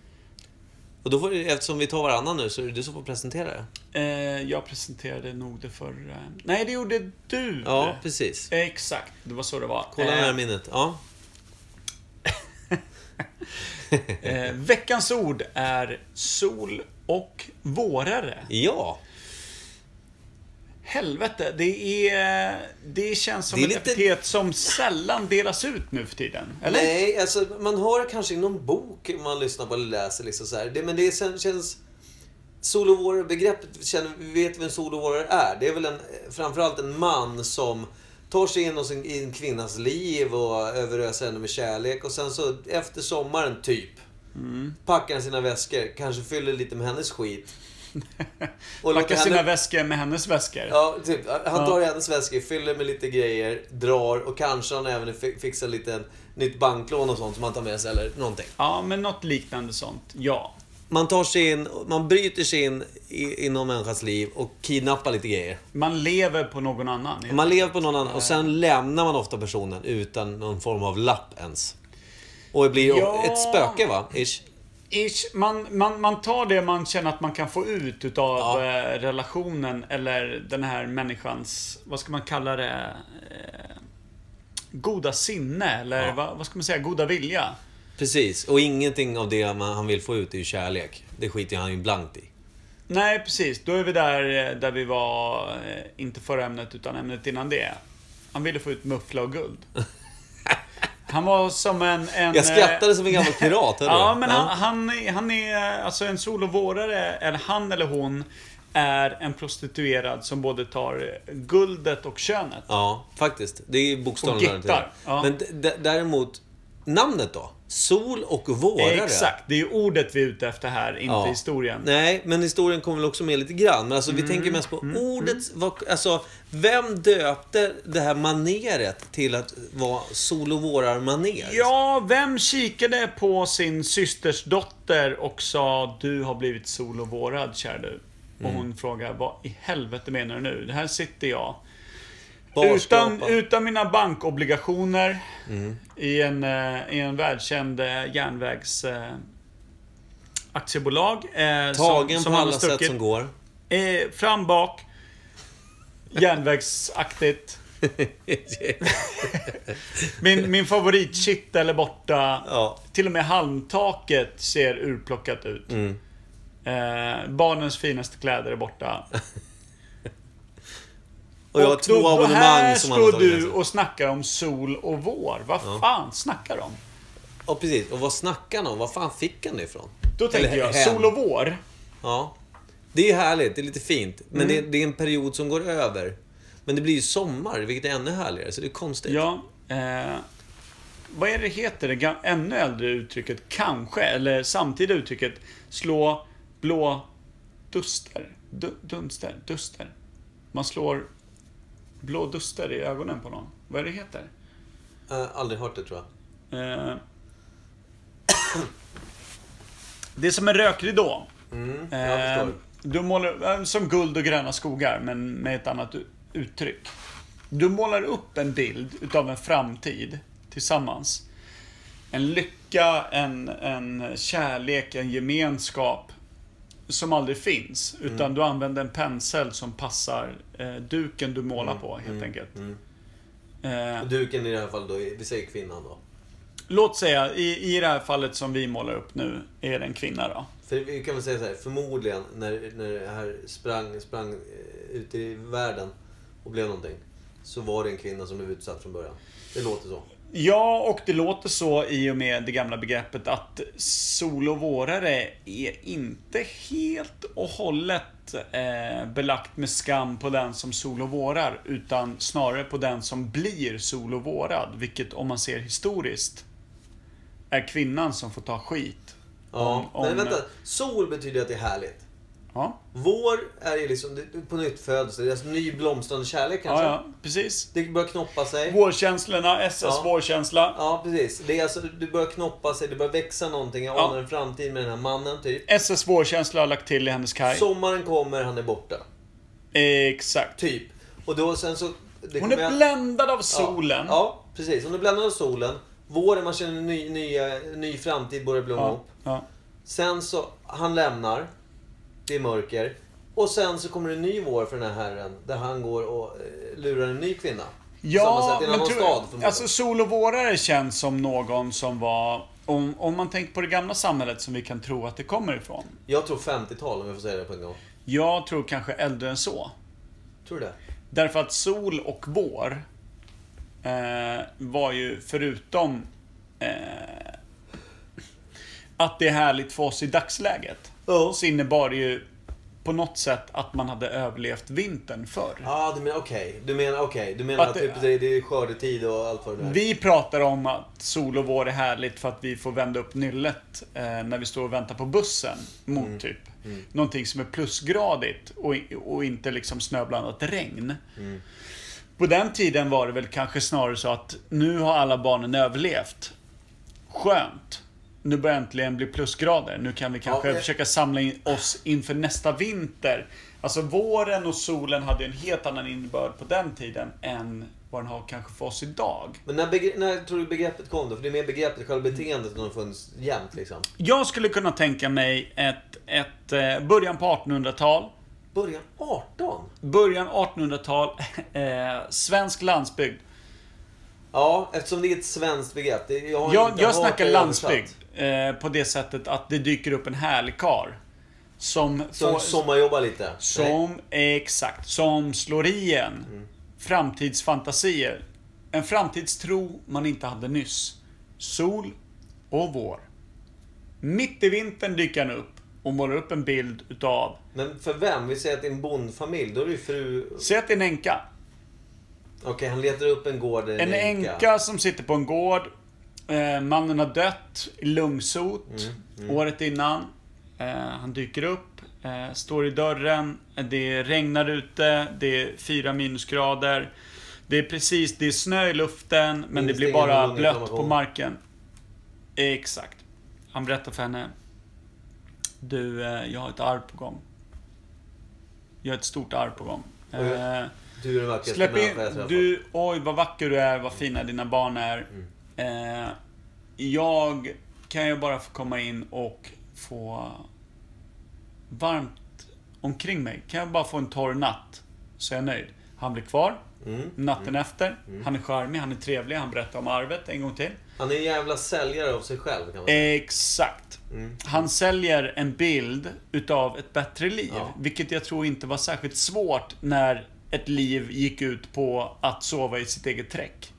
Och då får, vi- eftersom vi tar varannan nu så är det du som får presentera det. Eh, Jag presenterade nog det förra... Nej, det gjorde du! Ja, precis. Eh, Exakt, det var så det var. Kolla det Eh, här minnet. Ja. eh, veckans ord är sol och vårare. Ja. Helvete, det är... Det känns som Det är ett lite- epitet som sällan delas ut nu för tiden. Eller? Nej, alltså man hör kanske i någon bok man lyssnar på eller läser liksom så här. Det, men det sen- känns... Sol och vårare begreppet, känner, vi vet vem sol och vårare är. Det är väl en, framförallt en man som tar sig in hos en, i en kvinnas liv och överöser henne med kärlek. Och sen så efter sommaren, typ, packar han sina väskor, kanske fyller lite med hennes skit. Och låter Packa sina henne- väskor med hennes väskor. Ja, typ. Han tar hennes väskor, fyller med lite grejer, drar och kanske han även fi- fixar lite nytt banklån och sånt som han tar med sig eller någonting. Ja, men något liknande sånt. Ja. Man tar sig in, man bryter sig in i, i någon människas liv och kidnappar lite grejer. Man lever på någon annan. Man lever på någon annan och sen lämnar man ofta personen utan någon form av lapp ens. Och det blir Ja. ett spöke va? Ish. Ish, man, man, man tar det man känner att man kan få ut utav eh, relationen eller den här människans, vad ska man kalla det? Eh, goda sinne eller vad, vad ska man säga? Goda vilja. Precis. Och ingenting av det man, han vill få ut är ju kärlek. Det skiter han ju blankt i. Nej, precis. Då är vi där, eh, där vi var, eh, inte förra ämnet, utan ämnet innan det. Han ville få ut muffla och guld. Han var som en... en Jag eh, skrattade som en gammal pirat, hörde Ja, du? men han, han, är- han är alltså en solovårare, eller han eller hon är en prostituerad som både tar guldet och könet. Ja, faktiskt. Det är bokstavligen Och där det gittar, är. ja. Men d- d- däremot, namnet då? Sol och vårare. Exakt, det är ju ordet vi är ute efter här, inte Ja. historien. Mm, Nej, men historien kommer väl också med lite grann. Men alltså, vi tänker mest på ordet. Vad, alltså, vem döpte det här maneret till att vara sol och vårar-maner? Ja, liksom. vem kikade på sin systers dotter och sa du har blivit solovårad, kär du? Mm. Och hon frågar, vad i helvete menar du nu? Här sitter jag. Barskapa. Utan, utan mina bankobligationer Mm. i, en, eh, i en välkänd eh, järnvägs... Eh, aktiebolag. Eh, Tagen på hade alla sätt stuckit, som går. Eh, fram, bak. Järnvägsaktigt. Min, min favoritkittel är borta. Ja. Till och med halmtaket ser urplockat ut. Mm. Eh, barnens finaste kläder är borta. Och jag har då- två och abonnemang här som han har står tagit du med sig. och snackar om sol och vår. Vad fan snackar de? Ja, precis. Och vad snackar han om? Var fan fick han det ifrån? Då tänker Eller jag, hen. sol och vår. Ja. Det är härligt, det är lite fint. Men Mm. det, det är en period som går över. Men det blir ju sommar, vilket är ännu härligare, så det är konstigt. Ja. Eh, vad är det heter, det gam- ännu äldre uttrycket kanske, eller samtida uttrycket slå blå duster. Du, dunster, duster. Man slår blå duster i ögonen på någon. Vad är det heter? Eh, aldrig hört det, tror jag. Eh, det är som en rökridå. Mm, jag Eh, förstår. du målar, eh, som guld och gröna skogar, men med ett annat u- uttryck. Du målar upp en bild utav en framtid tillsammans. En lycka, en, en kärlek, en gemenskap som aldrig finns. Mm. Utan du använder en pensel som passar eh, duken du målar Mm. på helt enkelt. Eh, Och Duken i det här fallet då, vi säger kvinnan då. låt säga, i, i det här fallet som vi målar upp nu, är det en kvinna då. För vi kan väl säga så här, förmodligen när, när det här sprang, sprang eh, ut i världen och blev någonting. Så var det en kvinna som blev utsatt från början. Det låter så. Ja, och det låter så i och med det gamla begreppet att sol och vårare är inte helt och hållet eh, belagt med skam på den som sol och vårar, utan snarare på den som blir sol och vårad, vilket om man ser historiskt är kvinnan som får ta skit. Ja. Om- om- Nej, vänta. Sol betyder att det är härligt. Ja, Vår är ju liksom det- på nytt födelse, det är alltså ny blomstrande kärlek ja, kanske. ja precis. Det börjar knoppa sig. Vårkänslorna, SS Ja. vårkänsla. Ja, precis. Det är alltså, det börjar knoppa sig, det börjar växa någonting. Jag Ja. anar en framtid med den här mannen, typ. SS vårkänsla har lagt till i hennes kaj. Sommaren kommer, han är borta. Exakt. Typ. Och då sen så... det Hon kommer är jag- bländad av solen. Ja, ja precis. Hon är bländad av solen. Våren, man känner en ny, nya, ny framtid börjar blomma Ja, upp. ja. Sen så, han lämnar. Det är mörker. Och sen så kommer det en ny vår för den här herren. Där han går och eh, lurar en ny kvinna. På samma Ja, sätt, i en men annan tror, stad förmodligen. alltså sol och vårare känns som någon som var... Om, om man tänker på det gamla samhället som vi kan tro att det kommer ifrån. Jag tror 50-tal om jag får säga det på en gång. Jag tror kanske äldre än så. Tror du det? Därför att sol och vår eh, var ju förutom eh, att det är härligt för oss i dagsläget. Ja. Så innebar det ju på något sätt att man hade överlevt vintern förr. Ja, ah, du menar okej. Du menar okej. Du menar Att att, det- typ, det, det är skördetid och allt vad det nu är. Vi pratar om att sol och vår är härligt för att vi får vända upp nyllet eh, när vi står och väntar på bussen. Mot Mm. typ någonting som är plusgradigt och, och inte liksom snöblandat regn. Mm. På den tiden var det väl kanske snarare så att nu har alla barnen överlevt. Skönt. Nu börjar det äntligen bli plusgrader. Nu kan vi kanske Ja, men- försöka samla in oss inför nästa vinter. Alltså våren och solen hade ju en helt annan innebörd på den tiden än vad den har kanske för oss idag. Men när, begre- när tror du begreppet kom då? För det är mer begreppet, själva beteendet som har funnits jämt liksom. Jag skulle kunna tänka mig ett, ett eh, början på 1800-tal. Början 18? Början 1800-tal, eh, svensk landsbygd. Ja, eftersom det är ett svenskt begrepp. Det, jag har Jag, inte jag hört snackar det landsbygd översatt. eh, på det sättet att det dyker upp en härlig karl. Som, Som får- sommarjobbar lite. Nej. som exakt, som slår i en. Mm. Framtidsfantasier. En framtidstro man inte hade nyss. Sol och vår. Mitt i vintern dyker han upp och målar upp en bild utav Men för vem? Vi säger att det är en bondfamilj. Då är det ju fru... Okej, Säg att det är en änka. han letar upp en gård där det är En änka som sitter på en gård. Eh, mannen har dött i lungsot Mm, året innan. Eh, han dyker upp, eh, står i dörren. Det regnar ute, det är fyra minusgrader. Det är precis, det är snö i luften men det Minst blir ingen bara någon blött på information. marken. Exakt. Han berättar för henne. Du, eh, jag har ett arv på gång. Jag har ett stort arv på gång. Oj. Eh, Du är den vackraste Släpp in, människa jag träffat. du, oj vad vacker du är, vad fina dina barn är. Mm. Eh, jag, kan jag bara få komma in och få varmt omkring mig? Kan jag bara få en torr natt? Så är jag nöjd. Han blir kvar. Mm. Natten efter. Han är charmig, han är trevlig, han berättar om arvet en gång till. Han är en jävla säljare av sig själv Eh. kan man säga. Exakt. Mm. Han säljer en bild utav ett bättre liv. Ja. Vilket jag tror inte var särskilt svårt när ett liv gick ut på att sova i sitt eget träck.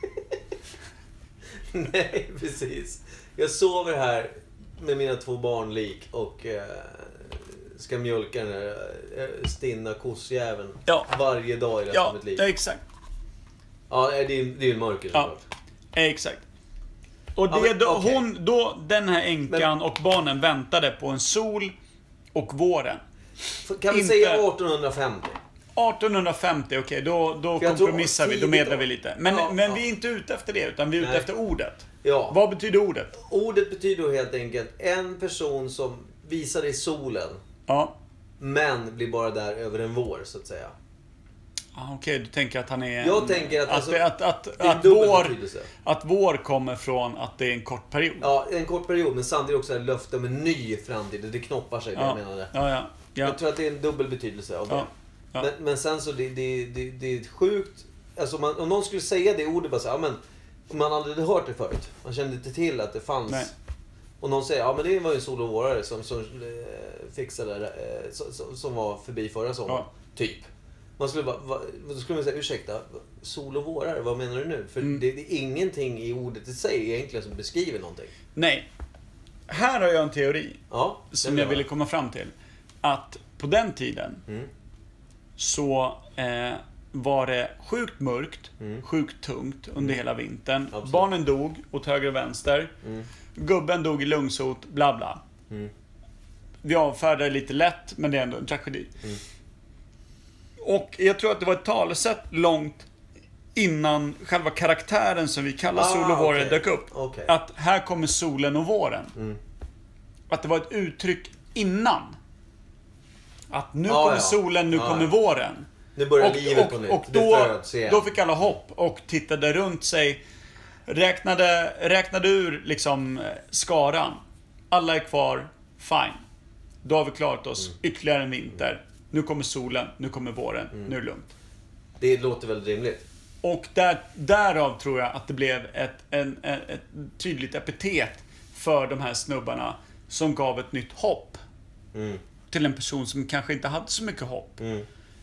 Nej, precis. Jag sover här med mina två barn lik och eh, ska mjölka den här eh, stinna kossjäveln Ja. varje dag i resten av Ja, mitt liv. exakt. Ja, det är ju det är ju mörker Ja, såklart. exakt. Och det Ja, men, då, okej. hon, då den här änkan Men- och barnen väntade på en sol och våren. F- Kan vi Inte- säga 1850? 1850, okej, då, då För jag tror- kompromissar vi, då tidigt medlar då. vi lite. Men, Ja, men ja. vi är inte ute efter det, utan vi är ute Nej. efter ordet. Ja. Vad betyder ordet? Ordet betyder då helt enkelt en person som visar i solen, Ja. men blir bara där över en vår, så att säga. Ah, Okej, du tänker att han är... Jag en- tänker att att, alltså, det- att, att, är en att, dubbel vår, betydelse. att vår kommer från att det är en kort period. Ja, en kort period, men samtidigt också ett löfte om en ny framtid. Det knoppar sig, det ja, jag menade. ja. ja, ja. Jag tror att det är en dubbel betydelse av det. Ja, ja. Men, men sen så, det, det, det, det är ett sjukt... Alltså om, man, om någon skulle säga det ordet bara så här, ja, men om man aldrig hade hört det förut. Man kände inte till att det fanns. Nej. Och någon säger, ja men det var ju en sol och vårare som, som eh, fixade, eh, som, som- som var förbi förra sommaren. Ja. Typ. Man skulle bara, va, då skulle man säga, ursäkta, sol och vårare, vad menar du nu? För Mm. det, det är ingenting i ordet i sig egentligen som beskriver någonting. Nej. Här har jag en teori Ja, det som vill jag ville komma fram till. Att på den tiden Mm. så eh, var det sjukt mörkt, Mm. sjukt tungt under hela vintern. Absolut. Barnen dog åt höger och vänster. Mm. Gubben dog i lungsot, bla bla. Mm. Vi avfärdar det lite lätt, men det är ändå en tragedi. Mm. Och jag tror att det var ett talesätt långt innan själva karaktären som vi kallar Ah, sol och våren okej. dök upp. Okej. Att här kommer solen och våren. Att det var ett uttryck innan. Att nu Ja, kommer ja. solen, nu Ja, kommer ja. våren. Nu börjar livet och, på nytt. och Det då, föds igen. då fick alla hopp och tittade runt sig. Räknade, räknade ur liksom eh, skaran. Alla är kvar, fine. Då har vi klarat oss Mm. ytterligare en vinter. Nu kommer solen, nu kommer våren, Mm. nu är det lugnt. Det låter väldigt rimligt. Och där, därav tror jag att det blev ett, en, en, ett tydligt epitet för de här snubbarna som gav ett nytt hopp. Till en person som kanske inte hade så mycket hopp.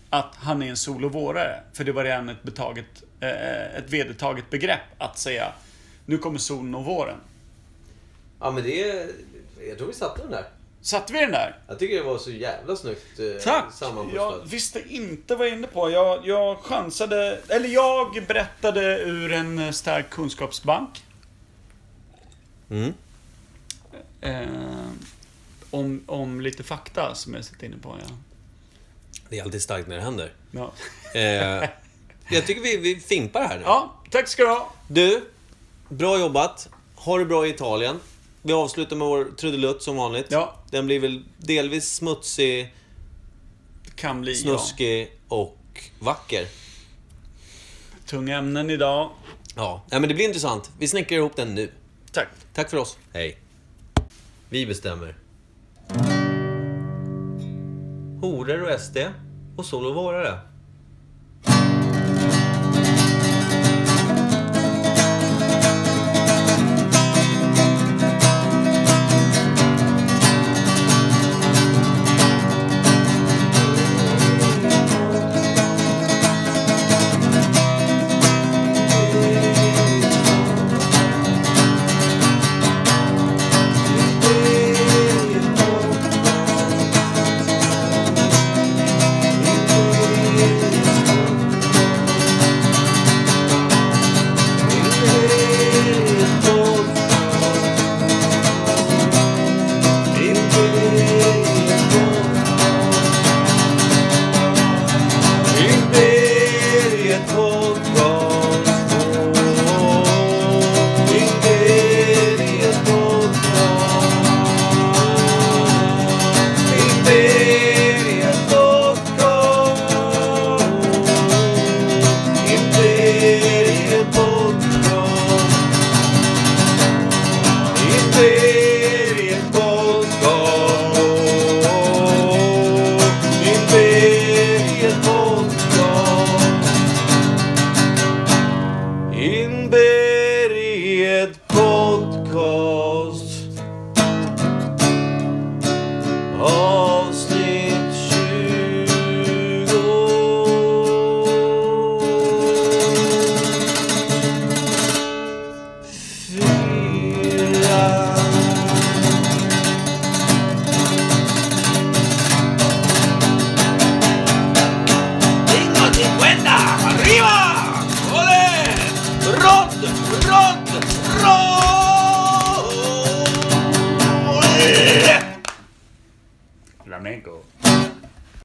Att han är en sol och vårare. För det var redan ett, betaget, eh, ett vedertaget begrepp att säga nu kommer solen och våren. Ja men det... Jag tror vi satte den där. Satte vi den där? Jag tycker det var så jävla snyggt eh, Tack! Jag sammanpusslat. visste inte vad jag var inne på. Jag, jag chansade... Eller jag berättade ur en eh, stark kunskapsbank. Mm. Eh, om, om lite fakta som jag sitter inne på. Ja. Det är alltid starkt när det händer. Ja. Eh, jag tycker vi, vi fimpar här nu. ja, tack ska du ha. Du, bra jobbat. Ha det bra i Italien. Vi avslutar med vår trudelutt som vanligt. Ja. Den blir väl delvis smutsig, Det kan bli ja, snuskig och vacker. tunga ämnen idag. Ja. Nej, men det blir intressant. Vi snickrar ihop den nu. Tack. Tack för oss. Hej. Vi bestämmer. Horor och SD och sol och vårare. flamenco.